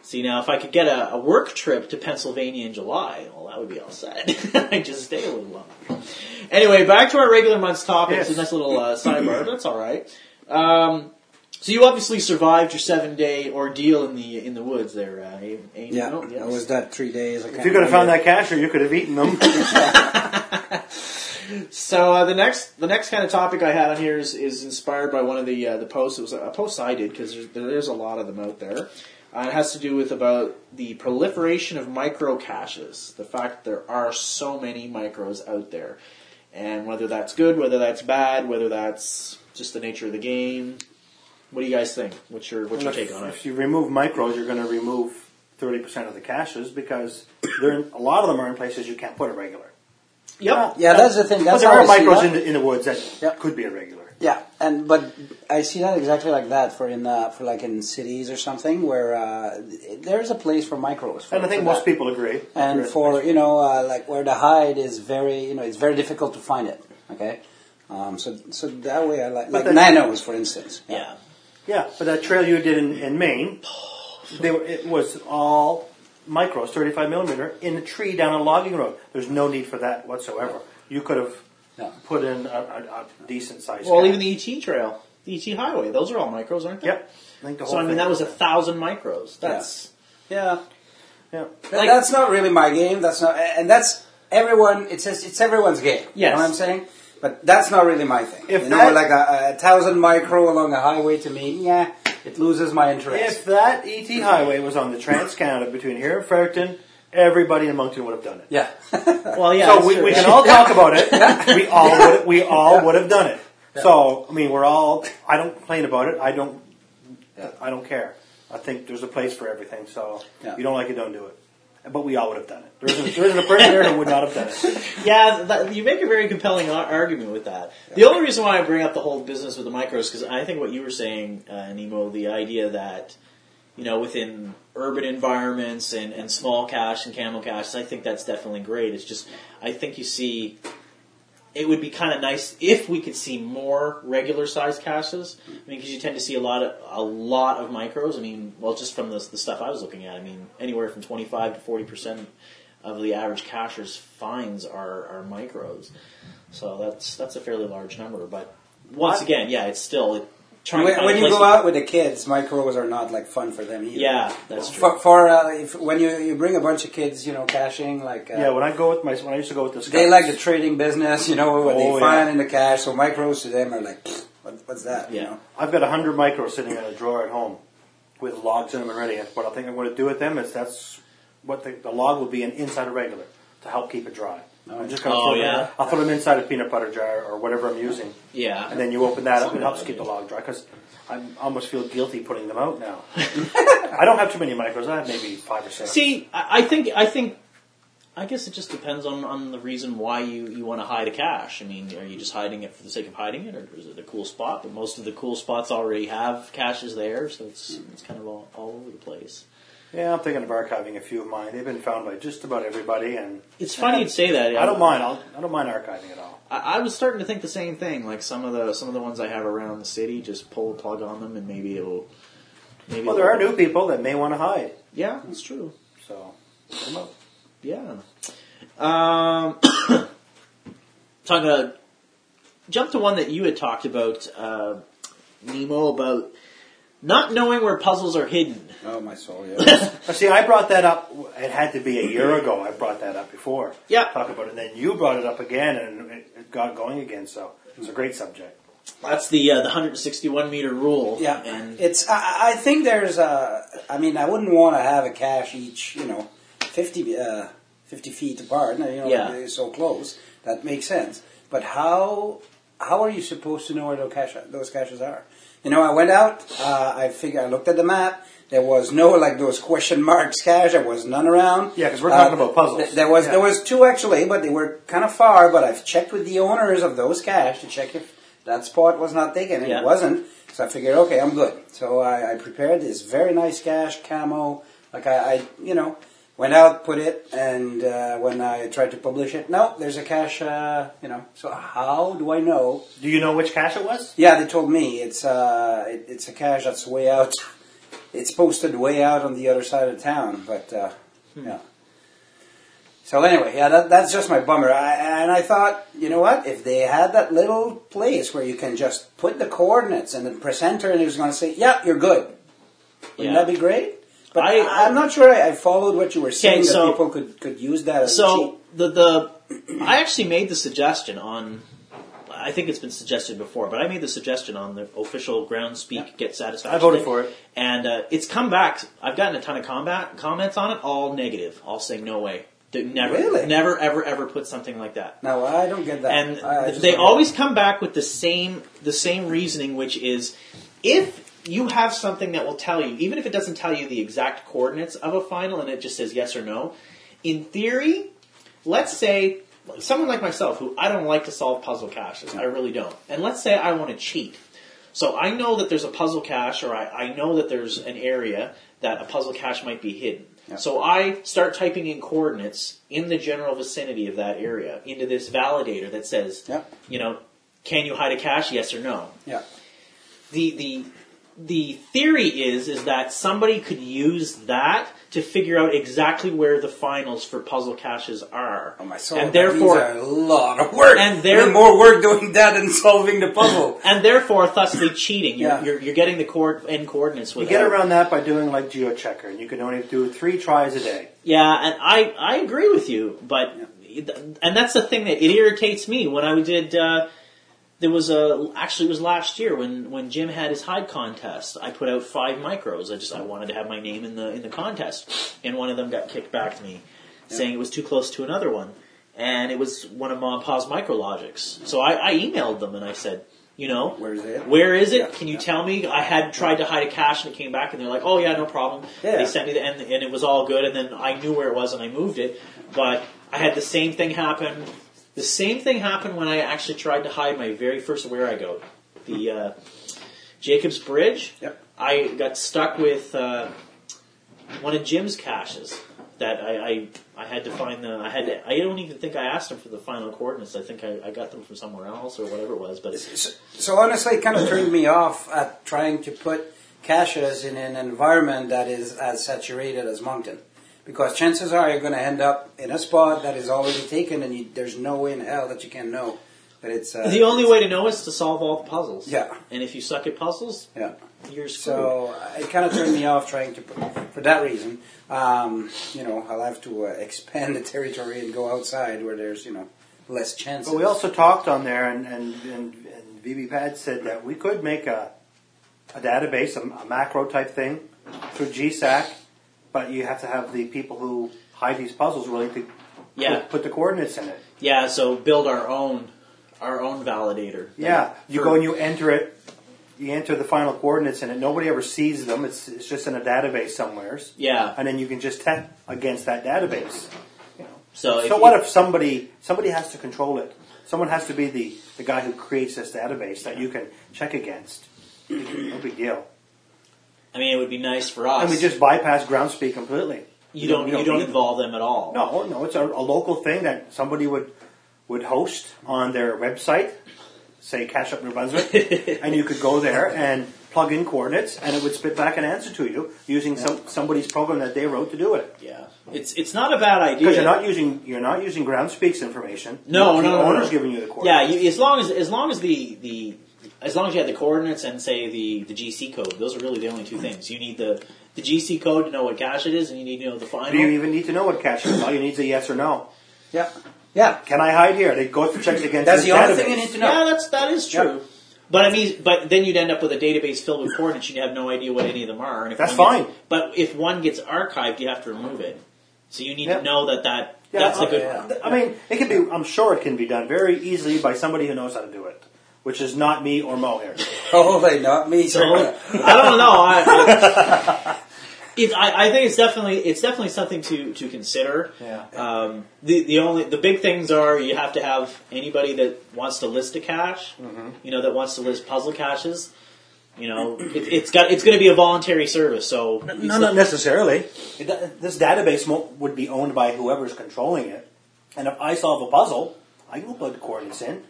See now, if I could get a, a work trip to Pennsylvania in July, well, that would be all set. I just stay a little longer. Anyway, back to our regular month's topics.
Yes.
A nice little uh, sidebar. That's all right. Um, so you obviously survived your seven day ordeal in the in the woods there, uh, Amy.
Yeah,
no?
I was that three days. I
If you could have found that cashier, you could have eaten them.
So uh, the next the next kind of topic I had on here is, is inspired by one of the uh, the posts. It was a post I did because there's, there's a lot of them out there. Uh, it has to do with about the proliferation of micro caches, the fact there are so many micros out there, and whether that's good, whether that's bad, whether that's just the nature of the game. What do you guys think? What's your what's your
If,
take on it?
if you remove micros, you're going to remove thirty percent of the caches because they're in, a lot of them are in places you can't put a regular.
Yep.
Yeah, that's the thing.
But
That's
there
how
are
I see
micros
that.
in the, in the woods that
Yep.
could be a regular.
Yeah, and but I see that exactly like that for in uh, for like in cities or something where uh, there's a place for micros. For,
And I think
for that.
most people agree.
and for you know uh, like where the hide is very you know it's very difficult to find it. Okay, um, so so that way I like like
then-
nanos for instance.
Yeah.
yeah, but that trail you did in, in Maine, they were, it was all micros, thirty-five millimeter, in a tree down a logging road. There's no need for that whatsoever. You could have
Yeah.
put in a, a, a decent sized.
Well, even the E ET trail, the ET highway, those are all micros, aren't they?
yep. I think the whole
So I mean,
thing-
that was a thousand micros. That's
yeah.
yeah.
Th- that's not really my game. That's not, and that's everyone. It's just, it's everyone's game. You know
Yes.
what I'm saying? But that's not really my thing.
If
you know,
that-
like a, a thousand micro along a highway to me, yeah, it loses my interest.
If that ET highway was on the Trans Canada between here and Fredericton, everybody in Moncton would have done it.
yeah,
Well, yeah.
so
that's
we,
true.
we can all talk about it. We all would, we all would have done it. So I mean, we're all. I don't complain about it. I don't. I don't care. I think there's a place for everything. So
Yeah.
you don't like it, don't do it. But we all would have done it. There isn't, there isn't a person there who would not have done it.
yeah, that, you make a very compelling ar- argument with that. The only reason why I bring up the whole business with the micros because I think what you were saying, uh, Nemo, the idea that you know within urban environments and, and small cash and camel cash, I think that's definitely great. It's just I think you see. It would be kind of nice if we could see more regular size caches. I mean, because you tend to see a lot of a lot of micros. I mean, well, just from the, the stuff I was looking at, I mean, anywhere from twenty five to forty percent of the average cashier's fines are, are micros. So that's that's a fairly large number. But once
I-
again, yeah, it's still
When,
trying to find
when you
places-
go out with the kids, micros are not like fun for them either.
Yeah, that's true.
For, for uh, if, when you, you bring a bunch of kids, you know, cashing like uh,
Yeah, when I go with my when I used to go with the
they
Scots-
like the trading business, you know, what
Oh,
they
yeah.
find in the cash. So micros to them are like, "Pfft, what, what's that? You
Yeah.
know?
I've got a hundred micros sitting in a drawer at home with logs in them already. And what I think I'm going to do with them is that's what the, the log will be in inside a regular to help keep it dry. I'm just going to
Oh,
throw
yeah.
them, I'll throw them inside a peanut butter jar or whatever I'm using,
Yeah.
and then you open that up. It
Something
helps
like
keep the
that.
log dry because I almost feel guilty putting them out now. I don't have too many micros. I have maybe five or six.
See, I I think I think I guess it just depends on, on the reason why you, you want to hide a cache. I mean, are you just hiding it for the sake of hiding it, or is it a cool spot? But most of the cool spots already have caches there, so it's it's kind of all, all over the place.
Yeah, I'm thinking of archiving a few of mine. They've been found by just about everybody, and
It's funny you'd say that.
I don't mind. I'll, I don't mind archiving at all.
I, I was starting to think the same thing. Like some of the some of the ones I have around the city, just pull a plug on them, and maybe it'll. Maybe
Well, there are
it'll-
new people that may want to hide,
Yeah, that's true.
so. put 'em out.
Yeah. Um, talking about jump to one that you had talked about, uh, Nemo, about not knowing where puzzles are hidden.
Oh my soul, yeah.
Now, See, I brought that up. It had to be a year ago. I brought that up before.
Yeah.
Talk about it. And then you brought it up again, and it, it got going again. So it's a great subject.
That's the uh, the 161 meter rule.
yeah,
and
it's. I, I think there's a. I mean, I wouldn't want to have a cache each. You know, fifty uh, 50 feet apart. You know,
Yeah.
they're so close. That makes sense. But how how are you supposed to know where those caches those caches are? You know, I went out. Uh, I figured. I looked at the map. There was no like those question marks cache. There was none around. Uh,
Yeah, 'cause we're talking about puzzles.
th- there was
Yeah.
there was two actually, but they were kind of far. But I've checked with the owners of those cache to check if that spot was not taken. and
Yeah.
It wasn't. So I figured, okay, I'm good. So I, I prepared this very nice cash camo. Like I, I, you know, went out, put it, and uh, when I tried to publish it, no, there's a cash. Uh, you know, so how do I know?
Do you know which cache it was?
Yeah, they told me it's uh, it, it's a cash that's way out. It's posted way out on the other side of town, but uh,
Hmm.
yeah. So anyway, yeah, that, that's just my bummer. I, and I thought, you know what? If they had that little place where you can just put the coordinates and then press enter, and it was going to say, "Yeah, you're good." Wouldn't
Yeah.
that be great? But
I-
I, am not sure I, I followed what you were saying that
so-
people could, could use that. As a cheat.
So the the I actually made the suggestion on. I think it's been suggested before, but I made the suggestion on the official ground speak get satisfaction.
I voted
thing.
for it.
and uh, it's come back. I've gotten a ton of combat comments on it, all negative, all saying no way, They never,
Really?
never, ever, ever put something like that
no, I don't get that.
and
I- I just
they
don't get
always come back with the same the same reasoning, which is if you have something that will tell you, even if it doesn't tell you the exact coordinates of a final, and it just says yes or no. In theory, let's say someone like myself, who I don't like to solve puzzle caches, I really don't, and let's say I want to cheat. So I know that there's a puzzle cache, or I, I know that there's an area that a puzzle cache might be hidden. So I start typing in coordinates in the general vicinity of that area into this validator that says,
Yeah.
you know, can you hide a cache? Yes or no.
Yeah.
The the the theory is is that somebody could use that to figure out exactly where the finals for puzzle caches are,
Oh my soul!
and
that means
therefore
a lot of work,
And
there
there-
more work doing that than solving the puzzle.
and therefore thusly cheating. You're,
Yeah.
you're, you're getting the coord end coordinates
You
with
get around that by doing like GeoChecker, and you can only do three tries a day.
Yeah, and I I agree with you, but and that's the thing that it irritates me when I did. Uh, there was a actually it was last year when when Jim had his hide contest. I put out five micros. I just I wanted to have my name in the in the contest, and one of them got kicked back to me, saying it was too close to another one, and it was one of Mom Pa's micrologics. So I, I emailed them and I said. You know,
Where is it?
Where is it?
Yeah,
Can you
yeah.
tell me? I had tried to hide a cache and it came back, and they're like, "Oh yeah, no problem."
Yeah.
They sent me the and, and it was all good, and then I knew where it was and I moved it. But I had the same thing happen. The same thing happened when I actually tried to hide my very first where I go, the uh, Jacob's Bridge.
Yep.
I got stuck with uh, one of Jim's caches that I, I I had to find the I had to, I don't even think I asked him for the final coordinates. I think I, I got them from somewhere else or whatever it was. But
So, so honestly, it kind of turned me off at trying to put caches in an environment that is as saturated as Moncton, because chances are you're going to end up in a spot that is already taken, and you, there's no way in hell that you can know But it's uh,
The only way to know is to solve all the puzzles.
Yeah.
And if you suck at puzzles,
yeah.
you're screwed.
So uh, it kind of turned me off trying to, for that reason. Um, you know, I'll have to uh, expand the territory and go outside where there's you know less chances.
But we also talked on there, and and and, and VB Pad said that we could make a a database, a, a macro type thing through GSAC, but you have to have the people who hide these puzzles willing to
yeah.
put, put the coordinates in it.
Yeah, so build our own our own validator.
Yeah, you
For-
go and you enter it. You enter the final coordinates in it. Nobody ever sees them. It's it's just in a database somewheres,
Yeah.
and then you can just test against that database.
So, if
So
you-
what if somebody somebody has to control it? Someone has to be the, the guy who creates this database that you can check against. No big deal.
I mean, it would be nice for us.
And we just bypass Groundspeak completely.
you don't you don't
need-
involve them at all.
No, no, it's a, a local thing that somebody would would host on their website, say Cash Up New Brunswick, and you could go there and plug in coordinates, and it would spit back an answer to you using some somebody's program that they wrote to do it.
Yeah, it's it's not a bad idea.
Because you're not using you're not using Groundspeak's information.
No,
the
no, no,
owner's
no.
giving you the coordinates.
yeah, you, as long as as long as the the as long as you had the coordinates and say the the GC code, those are really the only two things you need the the GC code to know what cash it is, and you need to know the final.
Do you even need to know what cash is? All you need is a yes or no.
yeah, yeah.
Can I hide here? They go through checks against.
That's
the
the only thing
database.
you need to know.
yeah, that's that is true. But I mean, but then you'd end up with a database filled with coordinates. You'd have no idea what any of them are. And if
That's
one gets-
fine.
but if one gets archived, you have to remove it. So you need
Yeah.
to know that that
Yeah,
that's
I-
a good.
I mean, it can be. I'm sure it can be done very easily by somebody who knows how to do it, which is not me or Mo here.
Oh, they not me.
So I don't know. I, I, it, I, I think it's definitely it's definitely something to to consider.
Yeah.
Um, the the only the big things are you have to have anybody that wants to list a cache,
Mm-hmm.
you know, that wants to list puzzle caches. You know, it, it's got it's going to be a voluntary service, so it's
No, not necessarily. It, do- this database mo- would be owned by whoever's controlling it, and if I solve a puzzle, I can plug the coordinates in.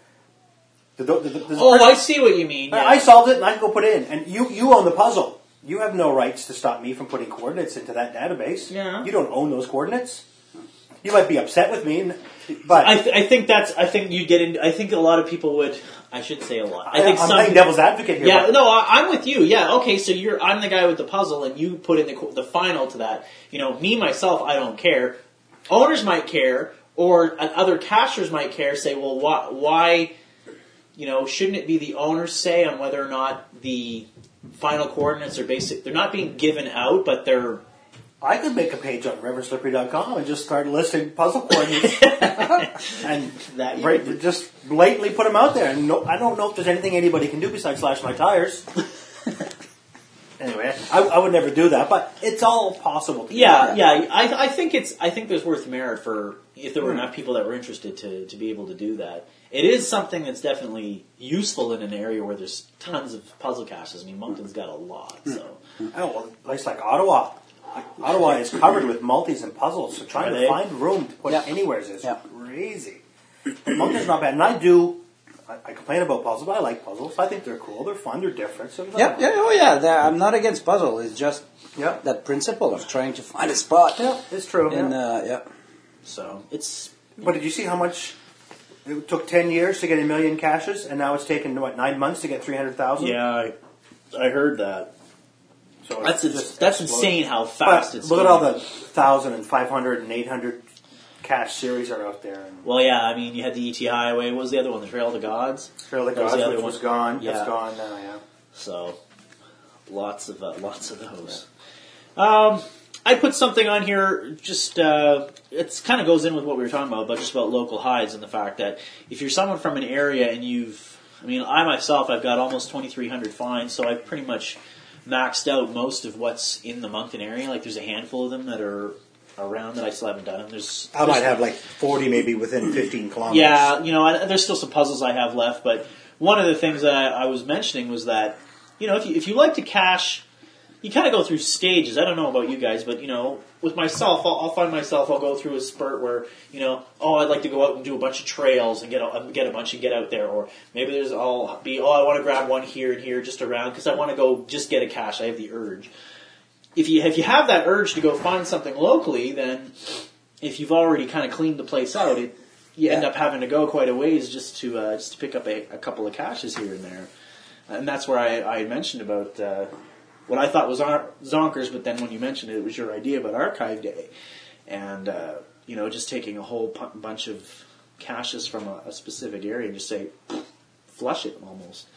The, do- the, the, the-
Oh, I see what you mean.
I-
yeah.
I solved it, and I can go put it in. And you, you own the puzzle. You have no rights to stop me from putting coordinates into that database.
Yeah.
You don't own those coordinates. You might be upset with me, and- but
I, th- I think that's I think you get in. I think a lot of people would. I shouldn't say a lot. I think
am
some.
playing devil's advocate here.
yeah,
but
no, I, I'm with you. Yeah, okay. So you're I'm the guy with the puzzle, and you put in the co- the final to that. You know, me myself, I don't care. Owners might care, or uh, other cashers might care. Say, well, why? Why? You know, shouldn't it be the owner's say on whether or not the final coordinates are basic? They're not being given out, but they're
I could make a page on riverslippery.com and just start listing puzzle coordinates and
that you
right, just blatantly put them out there. And no, I don't know if there's anything anybody can do besides slash my tires. anyway, I, I would never do that, but it's all possible. To do
Yeah,
that.
yeah. I, I think it's I think there's worth merit for if there were enough people that were interested to, to be able to do that. It is something that's definitely useful in an area where there's tons of puzzle caches. I mean, Moncton's got a lot, so
Oh, well, a place like Ottawa. Ottawa is covered with multis and puzzles, so trying
Are
to
they?
find room to put
Yeah.
anywheres is
Yeah.
crazy. But Moncton's not bad, and I do. I, I complain about puzzles, but I like puzzles. I think they're cool. They're fun. They're different. So
Yeah, yeah, oh yeah. the- I'm not against puzzle. It's just
Yeah.
that principle of trying to find a spot.
Yeah, it's true.
And
yeah.
uh, yeah,
so it's
but did you see how much it took ten years to get a million caches, and now it's taken what nine months to get three hundred thousand?
Yeah, I, I heard that.
so it's
that's
just
that's
exploded.
insane how fast
But
it's.
look at
going.
all the thousand and five hundred and eight hundred cache series that are out there. And
Well, yeah. I mean, you had the ET Highway. What was the other one? The Trail of the Gods.
Trail of the
That was
Gods,
the other
which
one.
was gone.
Yeah.
It's gone now, yeah.
So, lots of uh, lots of those. Um, I put something on here. Just uh, it kind of goes in with what we were talking about, but just about local hides and the fact that if you're someone from an area and you've, I mean, I myself, I've got almost 2,300 finds, so I've pretty much maxed out most of what's in the Moncton area. Like, there's a handful of them that are around that I still haven't done. And there's
I might
there's-
have like 40 maybe within 15 kilometers.
yeah, you know, I, there's still some puzzles I have left, but one of the things that I, I was mentioning was that, you know, if you, if you like to cache, you kind of go through stages. I don't know about you guys, but, you know, with myself, I'll, I'll find myself, I'll go through a spurt where, you know, oh, I'd like to go out and do a bunch of trails and get a, get a bunch and get out there. Or maybe there's, I'll be, oh, I want to grab one here and here just around because I want to go just get a cache. I have the urge. If you, if you have that urge to go find something locally, then if you've already kind of cleaned the place out, it you end up having to go quite a ways just to uh, just to pick up a, a couple of caches here and there. And that's where I, I had mentioned about uh, what I thought was ar- zonkers, but then when you mentioned it, it was your idea about Archive Day, and uh, you know just taking a whole pu- bunch of caches from a, a specific area and just say flush it almost.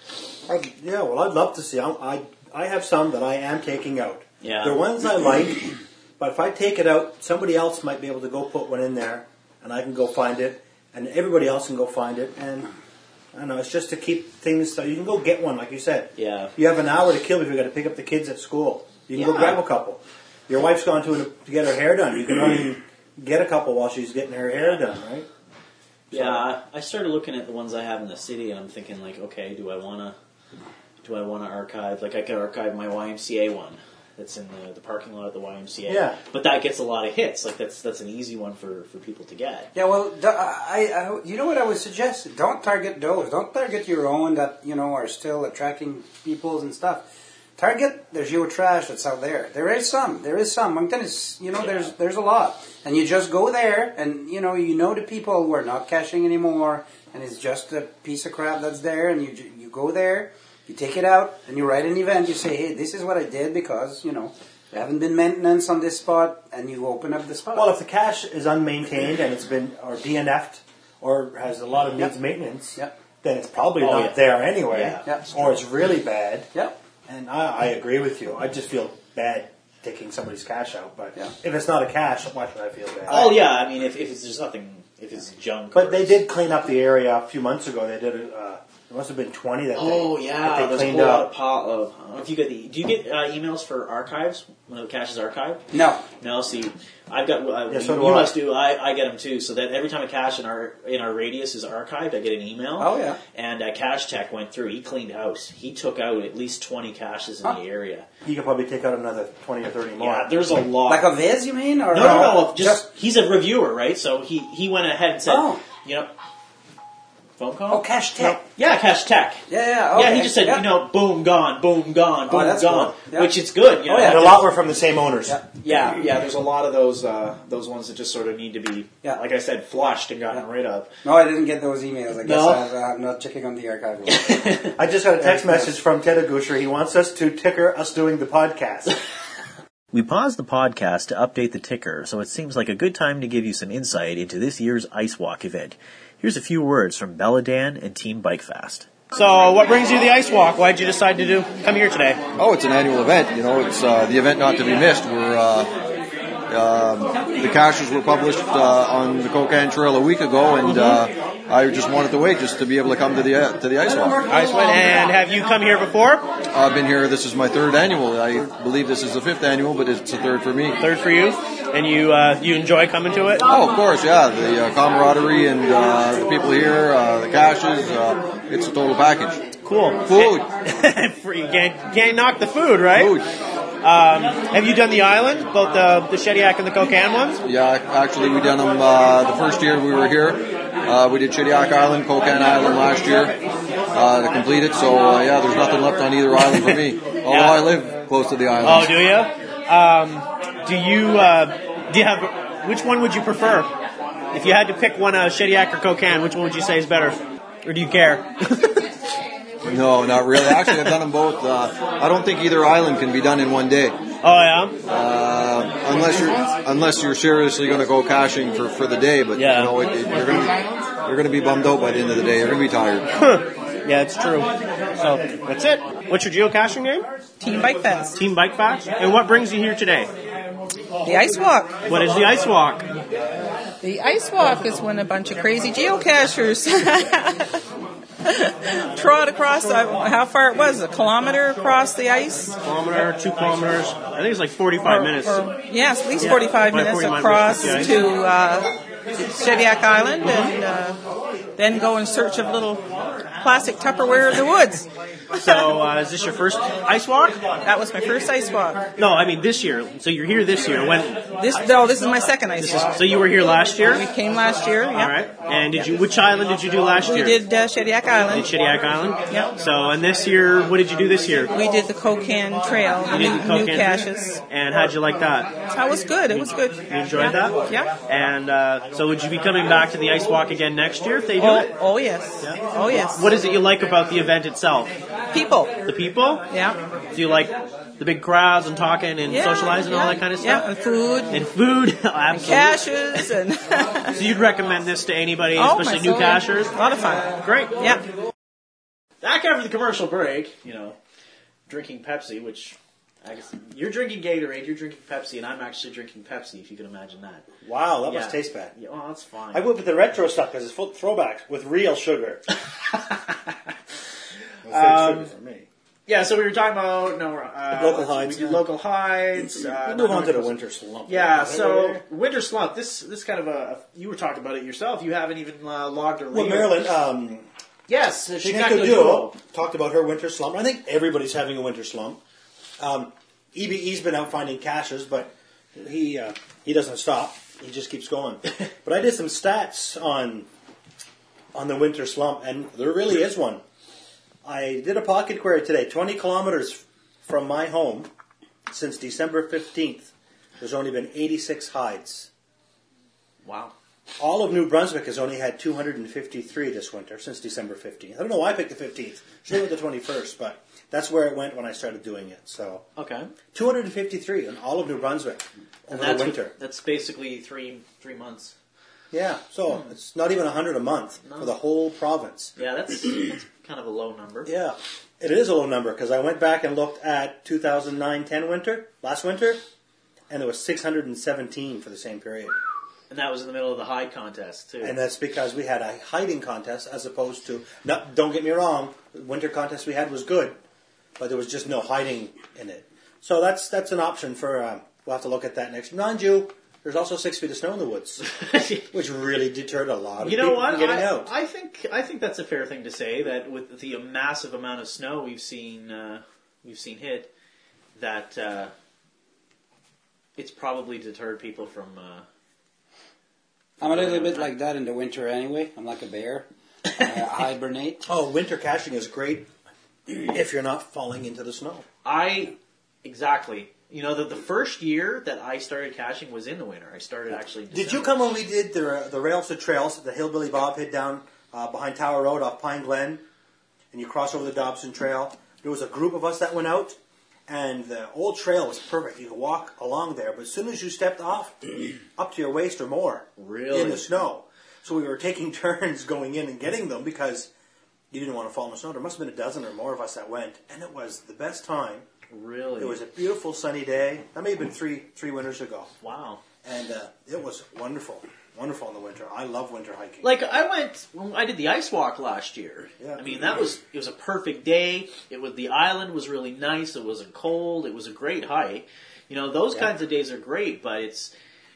I'd, yeah, well, I'd love to see. I'm, I I have some that I am taking out.
Yeah.
they're ones I like, but if I take it out, somebody else might be able to go put one in there, and I can go find it, and everybody else can go find it, and I don't know. It's just to keep things so you can go get one, like you said.
Yeah.
you have an hour to kill if you got to pick up the kids at school. You can go
Yeah.
grab a couple. Your wife's gone to to get her hair done. You can run and get a couple while she's getting her hair done, right?
Yeah, I- I started looking at the ones I have in the city, and I'm thinking like, okay, do I wanna, do I wanna archive? Like, I could archive my YMCA one that's in the, the parking lot of the YMCA.
Yeah.
But that gets a lot of hits. Like, that's that's an easy one for for people to get.
Yeah, well, th- I, I, you know what I would suggest? Don't target those. Don't target your own that you know are still attracting peoples and stuff. Target the geo trash that's out there. There is some. There is some. Moncton is, you know, there's there's a lot, and you just go there, and you know, you know the people who are not cashing anymore, and it's just a piece of crap that's there, and you ju- you go there, you take it out, and you write an event. You say, hey, this is what I did because you know. There haven't been maintenance on this spot, and you open up the spot.
Well, if the cache is unmaintained and it's been or DNF'd or has a lot of needs maintenance,
Yep.
then it's probably
Oh,
not
yeah.
there anyway,
Yeah.
Yeah, it's
or it's really bad.
yeah.
And I, I agree with you. I just feel bad taking somebody's cache out, but
Yeah.
if it's not a cache, why should I feel bad?
Oh yeah, I mean, if if it's, there's nothing, if it's junk.
But
or
they
it's-
did clean up the area a few months ago. They did. Uh, there must have been twenty that.
Oh
they,
yeah,
that they
there's a
cleaned
whole lot
up.
of pile of. I don't know if you get the, do you get uh, emails for archives when the cache is archived?
No,
No, see, I've got. Uh,
Yeah, so
you
do I.
must do. I, I get them too. So that every time a cache in our in our radius is archived, I get an email.
Oh, yeah.
And uh, Cache Tech went through. He cleaned house. He took out at least twenty caches in
Huh.
the area.
You could probably take out another twenty or thirty more.
Yeah, there's a lot.
Like a Viz, you mean? Or
no, no, no. Just, he's a reviewer, right? So he he went ahead and said,
Oh.
you know, phone call.
oh, cash tech.
Yeah, Cache Tech.
Yeah, yeah. oh, Okay.
Yeah, he just said,
yeah. Oh,
you know, boom, gone, boom, gone, boom,
that's
gone,
cool. Yeah.
which it's good. You know,
Oh, yeah.
and a lot were from the same owners.
Yeah.
yeah,
Yeah, there's a lot of those uh, those ones that just sort of need to be,
Yeah.
like I said, flushed and gotten
Yeah.
rid of.
No, I didn't get those emails. I guess
No.
I, I'm not checking on the archive. yeah,
I just got a text message from Ted Agusher. He wants us to ticker us doing the podcast.
We paused the podcast to update the ticker, so it seems like a good time to give you some insight into this year's Ice Walk event. Here's a few words from Belladan and Team Bike Fast.
So, what brings you to the ice walk? Why'd you decide to do come here today?
Oh, it's an annual event. You know, it's uh, the event not to be missed. We're uh, um, the caches were published uh, on the Cocaine Trail a week ago, and uh, I just wanted to wait just to be able to come to the uh, to the ice walk.
Ice went, and have you come here before?
I've been here. This is my third annual. I believe this is the fifth annual, but it's the third for me.
Third for you, and you uh, you enjoy coming to it.
Oh, of course, yeah. The uh, camaraderie and uh, the people here, uh, the caches. Uh, it's a total package.
Cool.
Food.
Free- you can't, can't knock the food, right?
Food.
Um, have you done the island, both the the Shediac and the Cocan ones?
Yeah, actually, we done them uh, the first year we were here. Uh, we did Chidiac Island, Cocan Island last year uh, to complete it. So uh, yeah, there's nothing left on either island for me. Although I live close to the
Oh,
island.
do you? Um, do you uh, do you have which one would you prefer? If you had to pick one, uh, Shediac or Cocan, which one would you say is better, or do you care?
No, not really. Actually, I've done them both. Uh, I don't think either island can be done in one day, uh,
oh yeah.
unless you're unless you're seriously going to go caching for, for the day. But
Yeah.
you know, it, it, you're going to you're going to be bummed out by the end of the day. You're going to be tired.
Yeah, it's true. So that's it. What's your geocaching name?
Team Bike Fest.
Team Bike Facts. And what brings you here today?
The Ice Walk.
What is the ice walk?
The Ice Walk is when a bunch of crazy geocachers trot across, I, how far it was, a kilometer across the ice?
Kilometer, two kilometers. I think it's like 45 minutes.
Or, yes, at least 45
By
minutes
45 minutes,
across
yeah.
to uh, Shediac Island and uh, then go in search of little plastic Tupperware in the woods.
So uh, is this your first ice walk?
That was my first ice walk.
No, I mean this year. So you're here this year. When?
This no, this is my second ice walk.
So you were here last year.
We came last year. Yeah.
All right. And did you? Which island did you do last
We
year?
did uh, Shediac Island.
Did Shediac Island. Yeah. So and this year, what did you do this year?
We did the Cocan Trail, the
did
new,
the Cocan
new
Trail.
caches.
And how'd you like that?
That was good. It was good.
You enjoyed
yeah.
that?
Yeah.
And uh, so would you be coming back to the ice walk again next year if they do
Oh,
it?
oh yes. Oh yes.
What is it you like about the event itself?
people?
The people?
Yeah.
Do you like the big crowds and talking and
yeah.
socializing and all that kind of
Yeah,
stuff?
and food, and
And food, absolutely.
caches, and
So you'd recommend this to anybody,
oh, my
especially new
soul.
cashers?
A lot of fun.
Great.
Yeah.
Back after the commercial break, you know, drinking Pepsi, which I guess you're drinking Gatorade, you're drinking Pepsi, and I'm actually drinking Pepsi, if you can imagine that.
Wow, that must
Yeah.
taste bad.
Yeah, well, that's fine.
I went with the retro stuff because it's full throwbacks with real sugar. Um,
That's sugar for me.
Yeah, so we were talking about no, uh,
Local hides,
We did
yeah.
local hides. Uh,
Move on to the winter slump.
Yeah, so winter slump. This this kind of a you were talking about it yourself. You haven't even uh, logged or
Well,
layered.
Marilyn, um,
Yes, the Chicago Duo.
Shineko Duo talked about her winter slump. I think everybody's having a winter slump. Um, EBE's been out finding caches, but he uh, he doesn't stop. He just keeps going. but I did some stats on on the winter slump, and there really is one. I did a pocket query today. Twenty kilometers from my home, since December fifteenth, there's only been eighty six hides.
Wow.
All of New Brunswick has only had 253 this winter since December 15th. I don't know why I picked the 15th. Should have went the 21st, but that's where it went when I started doing it. So
Okay,
253 in all of New Brunswick over the
that's
winter.
that's basically three three months.
Yeah, so it's not even 100 a month for the whole province.
Yeah, that's, that's kind of a low number.
Yeah, it is a low number because I went back and looked at 2009-10 winter last winter, and there was 617 for the same period.
And that was in the middle of the high contest too.
And that's because we had a hiding contest as opposed to. No, don't get me wrong, the winter contest we had was good, but there was just no hiding in it. So that's that's an option for. Um, we'll have to look at that next. Mind you, there's also six feet of snow in the woods, which really deterred a lot of
you know
people
what?
from getting
I,
out.
I think I think that's a fair thing to say that with the massive amount of snow we've seen uh, we've seen hit, that uh, it's probably deterred people from. Uh,
I'm a little bit like that in the winter anyway. I'm like a bear. I hibernate.
oh, winter caching is great if you're not falling into the snow.
I exactly. You know, the, the first year that I started caching was in the winter. I started actually. in
Did you
December.
come when we did the the rails to trails? The hillbilly Bob hid down uh, behind Tower Road off Pine Glen, and you cross over the Dobson Trail. There was a group of us that went out, and the old trail was perfect. You could walk along there, but as soon as you stepped off, up to your waist or more,
Really?
in the snow. So we were taking turns going in and getting them because you didn't want to fall in the snow. There must have been a dozen or more of us that went, and it was the best time.
Really?
It was a beautiful sunny day. That may have been three three winters ago
wow.
and uh, it was wonderful, wonderful in the winter. I love winter hiking.
Like I went, well, I did the ice walk last year.
Yeah.
I mean, that was it was a perfect day. It was the island was really nice. It wasn't cold. It was a great hike. You know, those kinds of days are great, but it's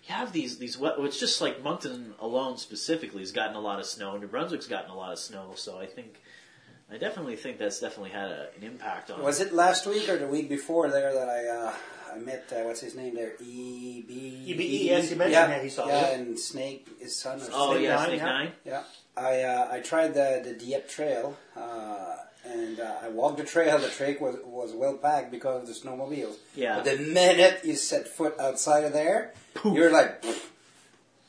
you have these these wet. It's just like Moncton alone specifically has gotten a lot of snow. New Brunswick's gotten a lot of snow, so I think I definitely think that's definitely had a, an impact on.
Was it last week or the week before there that I uh, I met uh, what's his name there? E B
EBE, yes, you mentioned
yeah,
that he saw
yeah,
it.
and Snake, his son. Or
Oh
Snake.
yeah,
Nine,
Snake
yeah.
Nine.
Yeah, I uh, I tried the the Dieppe Trail, uh, and uh, I walked the trail. The trail was was well packed because of the snowmobiles.
Yeah.
But the minute you set foot outside of there, you're like, pfft.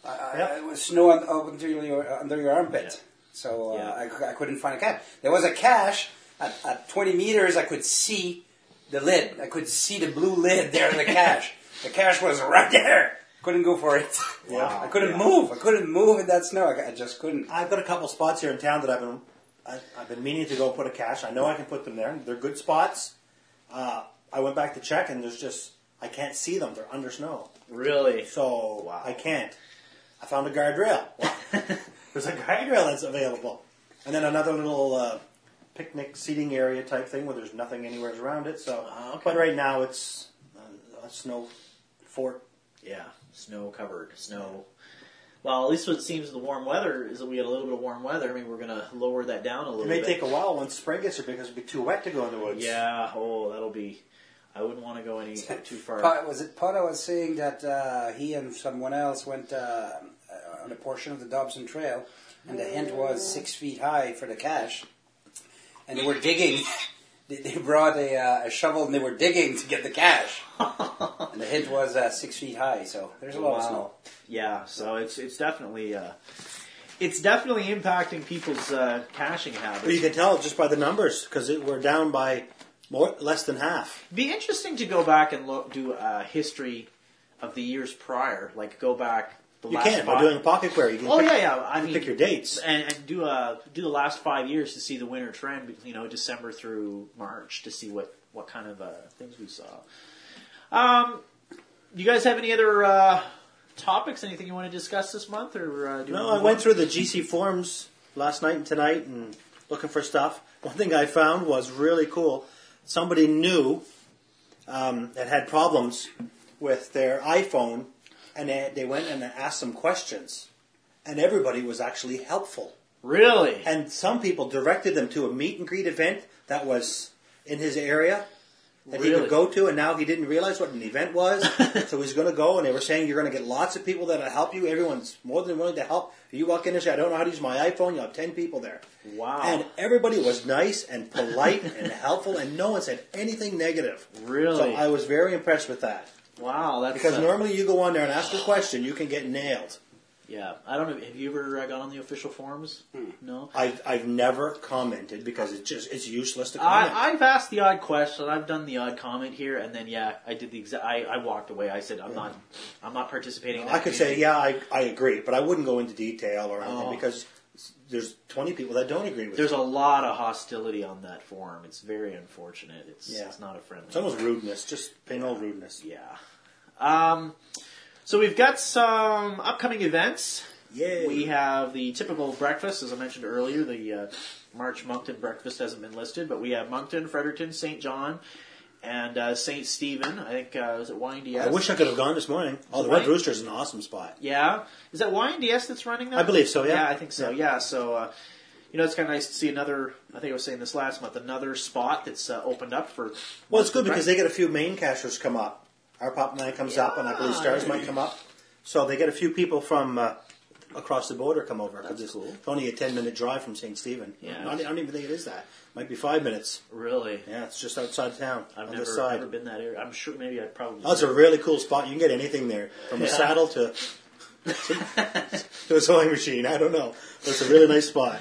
I- I-
Yeah.
it was snow un- up until your under your armpit. So uh,
Yeah.
I, cou- I couldn't find a cache. There was a cache at, at 20 meters. I could see the lid. I could see the blue lid there in the cache. the cache was right there. Couldn't go for it. I couldn't move. I couldn't move in that snow. I, I just couldn't.
I've got a couple spots here in town that I've been I, I've been meaning to go put a cache. I know I can put them there. They're good spots. Uh, I went back to check, and there's just I can't see them. They're under snow,
Really?
so I can't. I found a guardrail. there's a guardrail that's available, and then another little uh, picnic seating area type thing where there's nothing anywhere around it. So,
Ah, okay.
but right now it's uh, a snow fort.
Yeah, snow covered, snow Well, at least what it seems the warm weather is that we had a little bit of warm weather. I mean, we're going to lower that down a little
It may
bit.
take a while once spring gets here because it'll be too wet to go in the woods.
yeah, oh, that'll be. I wouldn't want to go any too far.
Pot, was it Potter was saying that uh, he and someone else went uh, uh, on a portion of the Dobson Trail, and the hint was six feet high for the cache, and they were digging. They, they brought a, uh, a shovel and they were digging to get the cache, and the hint was uh, six feet high. So there's a lot of snow.
Yeah, so it's it's definitely uh, it's definitely impacting people's uh, caching
But you
habits.
can tell just by the numbers because we're down by more less than half.
It'd be interesting to go back and look do a history of the years prior, like go back the
You
last
can by
five-
doing a pocket query. You can
Oh
pick,
yeah, yeah. I mean,
pick your dates.
and, and do a do the last five years to see the winter trend, between, you know, December through March to see what what kind of uh, things we saw. Um, you guys have any other uh, topics? Anything you want to discuss this month, or uh, do
No,
we
I
move
went
on?
through the GC forums last night and tonight and looking for stuff. One thing I found was really cool. Somebody new um, that had problems with their iPhone, and they, they went and asked some questions, and everybody was actually helpful.
really.
And some people directed them to a meet and greet event that was in his area that he
Really?
could go to, and now he didn't realize what an event was. so he's going to go, and they were saying you're going to get lots of people that'll help you. Everyone's more than willing to help. You walk in and say, "I don't know how to use my iPhone." You'll have ten people there,
Wow,
and everybody was nice and polite and helpful, and no one said anything negative.
really.
So I was very impressed with that
wow, that's
because
uh,
normally you go on there and ask a question, you can get nailed.
yeah. I don't know. Have you ever uh, got on the official forums?
Hmm.
No.
I've I've never commented because it's just it's useless to comment.
I, I've asked the odd question. I've done the odd comment here, and then yeah, I did the exact. I, I walked away. I said, I'm not, I'm not participating. In that
I could say,
community."
yeah, I, I agree, but I wouldn't go into detail or anything
Oh.
because there's 20 people that don't agree with
There's
you.
a lot of hostility on that forum. It's very unfortunate. It's,
Yeah.
it's not a friendly.
It's almost rudeness, just plain old rudeness.
yeah. Um, so we've got some upcoming events.
Yeah.
We have the typical breakfast, as I mentioned earlier. The uh, March Moncton breakfast hasn't been listed, but we have Moncton, Fredericton, St. John, and uh, St. Stephen. I think uh, was it YNDS?
I wish I could have gone this morning. Oh, the
Right.
Red Rooster's an awesome spot.
Yeah, is that YNDS that's running that?
I believe so, yeah.
I think so. Yeah, so uh, you know, it's kind of nice to see another. I think I was saying this last month, another spot that's uh, opened up for.
Well, it's good because they get a few main cashers come up. Our Pop 9 comes up, and I believe Stars might come up. So they get a few people from uh, across the border come over. 'cause it's it's only a 10 minute drive from St. Stephen.
Yeah.
I don't, I don't even think it is that. Might be five minutes.
really.
Yeah, it's just outside town
I've
on
never,
this side.
never been that area. I'm sure maybe I probably.
That's Oh, a really cool spot. You can get anything there, from a saddle to to a sewing machine. I don't know. But it's a really nice spot.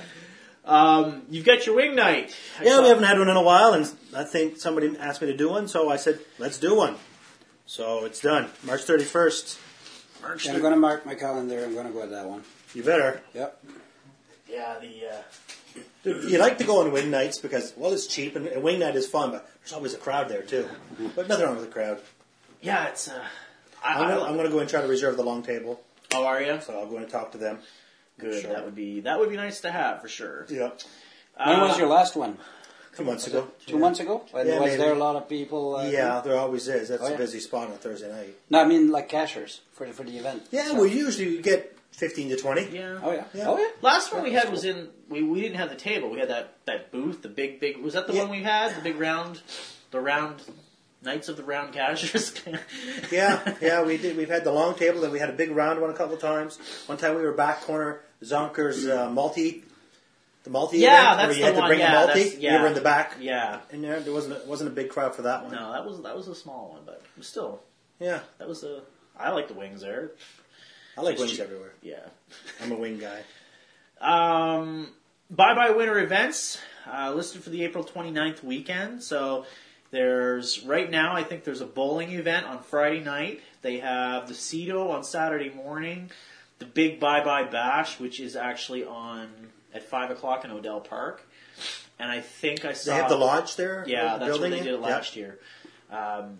You've got your wing night. I
Yeah,
saw-
we haven't had one in a while, and I think somebody asked me to do one, so I said, "Let's do one." So it's done. March thirty first.
March
I'm going to mark my calendar. I'm going to go to that one.
You better.
Yep.
Yeah, the uh,
You like to go on wing nights because well, it's cheap, and, and wing night is fun, but there's always a crowd there too. But nothing wrong with the crowd.
yeah, it's. Uh,
I'm
I,
gonna,
I,
I'm gonna go and try to reserve the long table,
how are you?
so I'll go and talk to them.
Good.
Sure.
That would be that would be nice to have for sure. Uh,
Yeah,
When was your last one?
two months ago.
Two months ago. And
Uh, Yeah,
was
maybe.
there a lot of people? Uh,
Yeah, there always is. That's
Oh,
a
yeah.
busy spot on a Thursday night.
No, I mean like cashers for for the event.
Yeah, well, usually you get 15 to 20.
Yeah.
Oh yeah.
Yeah.
Oh yeah.
Last one we had was in we, we didn't have the table. We had that, that booth, the big big was that the
Yeah.
one we had? The big round the round Knights of the Round Cashers.
Yeah, yeah, we did. We've had the long table, and we had a big round one a couple of times. One time we were back corner Zonker's uh, multi, the multi.
Yeah,
event,
that's
where you
the
had
one,
to bring
yeah,
a multi.
that's- yeah.
We were in the back,
Yeah.
and there, there wasn't a, wasn't a big crowd for that one.
No, that was that was a small one, but still
Yeah,
that was a I like the wings there.
I like
It's
wings
cheap.
everywhere.
Yeah.
I'm a wing guy.
Um, bye bye winter events uh, listed for the April 29th weekend. So there's right now, I think there's a bowling event on Friday night. They have the Cedo on Saturday morning, the big bye bye bash, which is actually on at five o'clock in Odell Park. And I think I
They
saw
have the lodge there.
yeah,
the
that's where
building
they did it
Yeah.
last year. Um,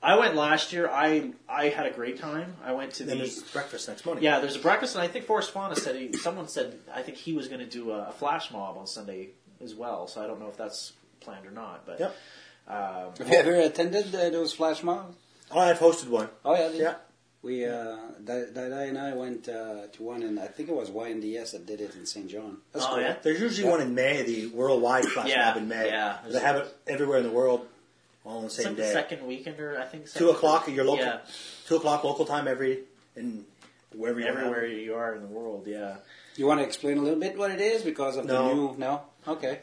I went last year. I I had a great time. I went to
Then
the
there's breakfast next morning.
yeah, there's a breakfast, and I think Forrest Fauna said he, someone said I think he was going to do a, a flash mob on Sunday as well. So I don't know if that's planned or not. But
Yep.
um,
Have you ever attended uh, those flash mobs?
Oh, I've hosted one.
Oh yeah. they-
Yeah.
We uh, Dai Dai and I went uh, to one, and I think it was YNDS that did it in St. John. That's
Oh,
cool.
yeah?
There's usually one in May, the worldwide flash
Yeah,
mob in May.
yeah.
They have it everywhere in the world all on the
It's
same
like the
day.
second weekend, or I think
Two
second-
o'clock at your local,
Yeah,
two o'clock local time every in wherever you're
everywhere you are in the world. Yeah,
You want to explain a little bit what it is because of the
No.
new? No. Okay.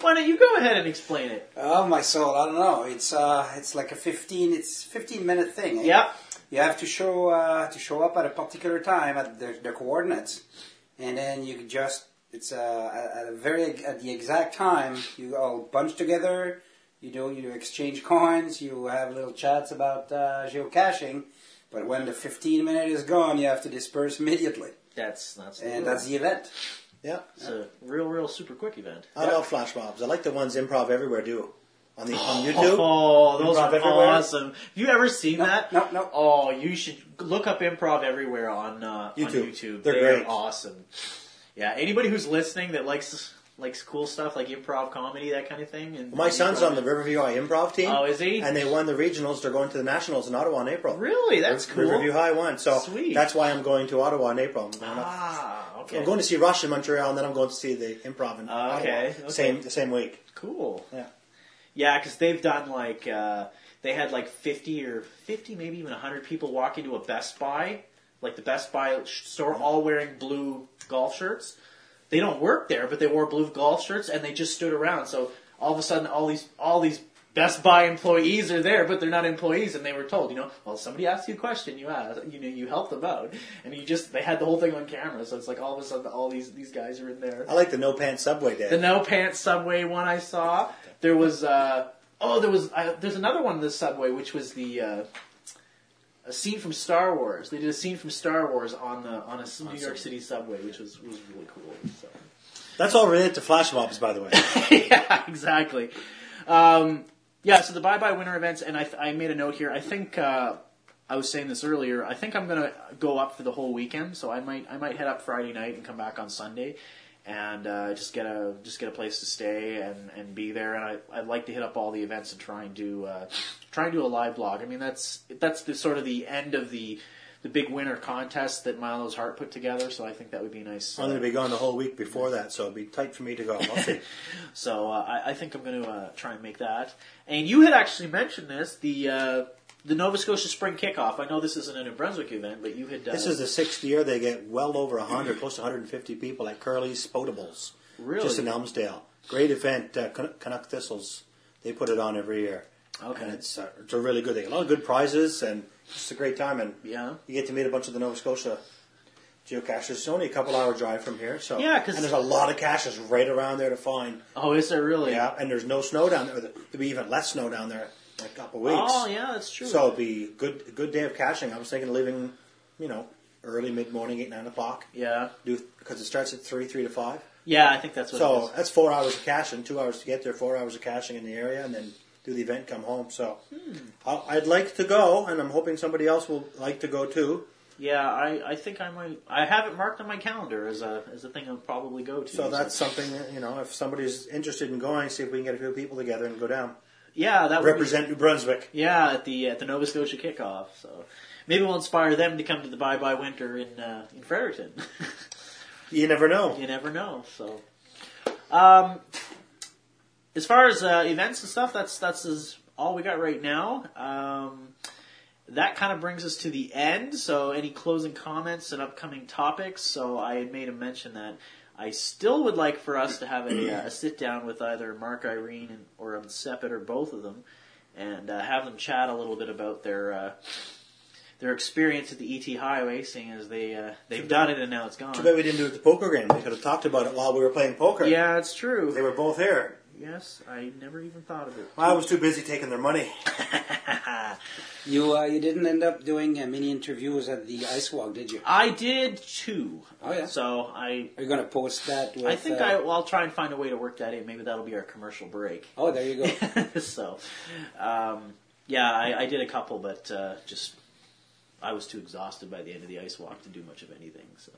why don't you go ahead and explain it?
Oh my soul! I don't know. It's uh, it's like a fifteen. It's fifteen minute thing. eh?
Yep.
You have to show uh, to show up at a particular time at the, the coordinates, and then you can just it's uh, at a very at the exact time you all bunch together. You do you exchange coins. You have little chats about uh, geocaching. But when the fifteen minute is gone, you have to disperse immediately,
That's that's the
and
rule.
that's the event.
Yeah.
It's a real, real super quick event.
I love flash mobs. I like the ones improv everywhere do. On the on YouTube.
Oh, those
Improv
are
Everywhere?
awesome. Have you ever seen
No,
that?
no, no.
Oh, you should look up Improv Everywhere on, uh, on
YouTube.
YouTube.
They're great.
awesome. Yeah, anybody who's listening that likes likes cool stuff like improv comedy, that kind of thing. And
My son's on the Riverview High improv team.
Oh, is he?
And they won the regionals. They're going to the nationals in Ottawa in April.
Really? That's cool.
Riverview High won. So
Sweet.
that's why I'm going to Ottawa in April. I'm going, up-
Ah, okay. Ah,
I'm going to see Rush in Montreal, and then I'm going to see the improv in Ottawa.
okay,
Same,
okay.
the same week.
Cool.
Yeah.
Yeah, because they've done like uh, they had like fifty or fifty, maybe even hundred people walk into a Best Buy, like the Best Buy sh- store, all wearing blue golf shirts. They don't work there, but they wore blue golf shirts and they just stood around. So all of a sudden, all these all these Best Buy employees are there, but they're not employees, and they were told, you know, well, somebody asked you a question, you asked, you know, you help them out, and you just they had the whole thing on camera. So it's like all of a sudden, all these these guys are in there.
I like the no pants subway day.
The no pants subway one I saw. There was uh oh there was uh, there's another one in the subway which was the uh, a scene from Star Wars. They did a scene from Star Wars on the on a s- New York City subway, which was was really cool. So.
That's all related to flash mobs, by the way.
yeah, exactly. Um, yeah, so the bye bye winter events, and I, I made a note here. I think uh, I was saying this earlier. I think I'm gonna go up for the whole weekend, so I might I might head up Friday night and come back on Sunday, and uh, just get a just get a place to stay and, and be there. And I I'd like to hit up all the events and try and do uh, try and do a live blog. I mean that's that's the sort of the end of the. The big winter contest that Milo's Heart put together, so I think that would be nice.
I'm going to Oh, be gone the whole week before that, so it'll be tight for me to go. I'll see.
So uh, I, I think I'm going to uh, try and make that. And you had actually mentioned this the uh, the Nova Scotia Spring Kickoff. I know this isn't a New Brunswick event, but you had uh,
This is the sixth year they get well over 100, close to 150 people at Curly's Spotables,
really
just in Elmsdale. Great event, uh, Can- Canuck Thistles. They put it on every year.
okay.
And it's, uh, it's a really good thing. A lot of good prizes, and it's a great time. And
yeah,
you get to meet a bunch of the Nova Scotia geocachers. It's only a couple hour drive from here, so
Yeah, 'cause-
and there's a lot of caches right around there to find.
oh, is there really?
Yeah, and there's no snow down there. There'll be even less snow down there in a couple weeks.
Oh, yeah, that's true.
So it'll be good good day of caching. I was thinking of leaving, you know, early mid morning, eight nine o'clock.
yeah,
Do because it starts at three three to five.
yeah, I think that's what.
So
it
that's four hours of caching, two hours to get there, four hours of caching in the area, and then do the event, come home. So
Hmm.
I'll, I'd like to go, and I'm hoping somebody else will like to go too.
is. Yeah, I, I think I might. I have it marked on my calendar as a as a thing I'll probably go to.
So that's something that, you know, if somebody's interested in going, see if we can get a few people together and go down.
yeah, that would be-
Represent New Brunswick.
Yeah, at the at the Nova Scotia kickoff. So maybe we'll inspire them to come to the Bye Bye Winter in uh, in Fredericton.
You never know.
you never know. So, um, as far as uh, events and stuff, that's that's is all we got right now. Um, that kind of brings us to the end. So, any closing comments and upcoming topics? So, I had made a mention that I still would like for us to have a, uh, a sit down with either Mark, Irene, and, or um, Sepet, or both of them, and uh, have them chat a little bit about their. Uh, their experience at the ET Highway, seeing as they uh, they've done it and now it's gone.
Too bad we didn't do it at the poker game. We could have talked about it while we were playing poker.
Yeah, it's
They
true.
were both here.
Yes, I never even thought of it.
I was too busy taking their money.
You uh, you didn't end up doing uh, mini interviews at the ice walk, did you?
I did too.
Oh yeah.
So I,
Are you going to post that? With,
I think
uh,
I, well, I'll try and find a way to work that in. Maybe that'll be our commercial break.
Oh, there you go.
so, um, yeah, I, I did a couple, but uh, just I was too exhausted by the end of the ice walk to do much of anything. So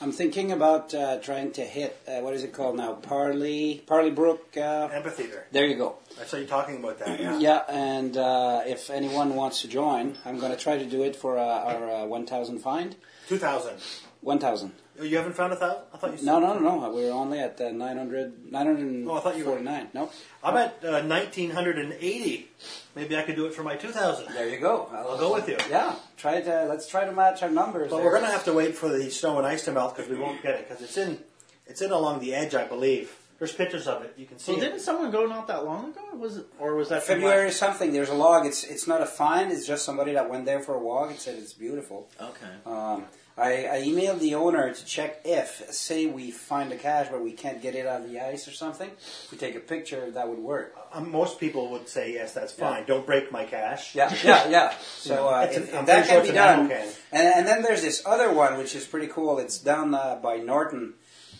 I'm thinking about uh, trying to hit uh, what is it called now? Parley, Parley Brook. Uh,
Amphitheater.
there you go.
I saw you talking about that. Yeah.
Yeah, and uh, if anyone wants to join, I'm going to try to do it for uh, our uh, 1,000 find.
Two thousand. Oh,
1,000.
You haven't found a thousand? I thought you. Said
No, no, no, no. We're only at uh, 900, 949.
Oh, I thought you were-
No.
I'm at uh, nineteen hundred and eighty. Maybe I could do it for my two thousand.
There you go.
I'll go with you.
Yeah. Try to let's try to match our numbers.
But
there.
we're going to have to wait for the snow and ice to melt because we won't get it because it's in it's in along the edge, I believe. There's pictures of it. You can see
well,
it.
didn't someone go not that long ago? Or was it, or was that from
February something. There's a log. It's it's not a find. It's just somebody that went there for a walk and said it's beautiful.
last- Okay.
Um, I, I emailed the owner to check if, say, we find the cache but we can't get it out of the ice or something. If we take a picture, that would work.
Um, most people would say yes, that's fine. Don't break my cash.
Yeah, yeah, yeah. So uh,
It's an-
if,
I'm
if that can
pretty sure
be
it's an
done,
ammo can.
and, and then there's this other one which is pretty cool. It's down uh, by Norton.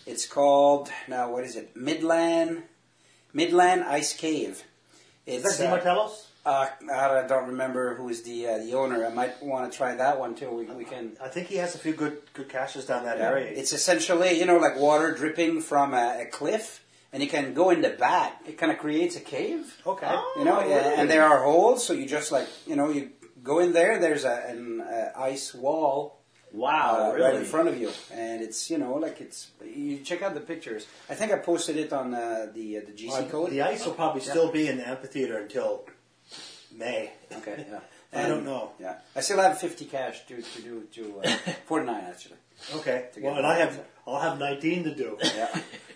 It's called now what is it? Midland, Midland Ice Cave. It's
Is that
uh,
DiMartello's?
Uh, I don't remember who is the uh, the owner. I might want to try that one too. We, we can.
I think he has a few good good caches down that area.
It's essentially you know like water dripping from a, a cliff, and you can go in the back. It kind of creates a cave.
okay.
You
Oh,
know, yeah, and there are holes, so you just like you know you go in there. There's a, an uh, ice wall
Wow,
uh,
really?
right in front of you, and it's you know like it's. You check out the pictures. I think I posted it on uh, the uh, the GC
Well,
code.
The ice will probably still be in the amphitheater until May.
Okay, yeah.
I don't know.
Yeah, I still have 50 cash to to do to uh, 49 actually.
Okay.
To get
Well, and I have I'll have 19 to do
Yeah.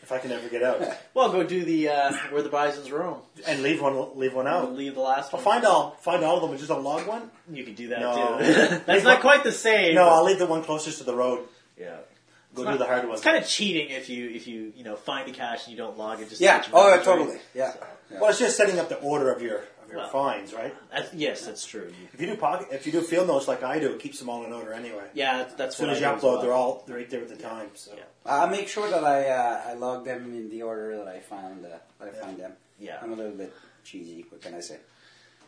if I can ever get out
Well, go do the uh, where the bison's roam.
and leave one leave one
I'll
out.
leave the last
I'll
one.
find all find all of them and just unlog one.
You could do that
No.
too. That's not quite the same.
No, I'll leave the one closest to the road.
yeah.
Go
It's
do
not-
the hard one.
It's kind of cheating if you if you you know find a cache and you don't log it. Just
Yeah.
switch
Oh, yeah,
numbers, right?
totally. Yeah.
Well, it's just setting up the order of your of your
Well.
finds, right?
That's, yes, that's true. You-
If you do pocket, if you do field notes like I do, it keeps them all in order anyway.
Yeah, that's, that's
As soon
what
as
I
you
do
upload,
well.
they're all they're right there at the time. So
Yeah.
I I make sure that I uh, I log them in the order that I found uh, that I
Yeah.
find them.
Yeah.
I'm a little bit cheesy. What can I say?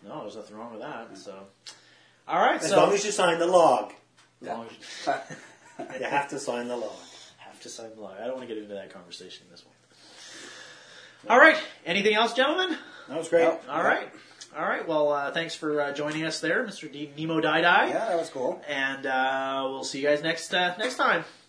No, there's nothing wrong with that. So, all right.
Mm-hmm. as
so
long as you sign the log,
Yeah.
long as you
you have to sign the log.
have to sign the log, I don't want to get into that conversation in this one. All right. Anything else, gentlemen?
That was great.
Oh.
All right. All right. Well, uh, thanks for uh, joining us there, Mr. D- Nemo Dai Dai.
yeah, that was cool.
And uh, we'll see you guys next uh, next time.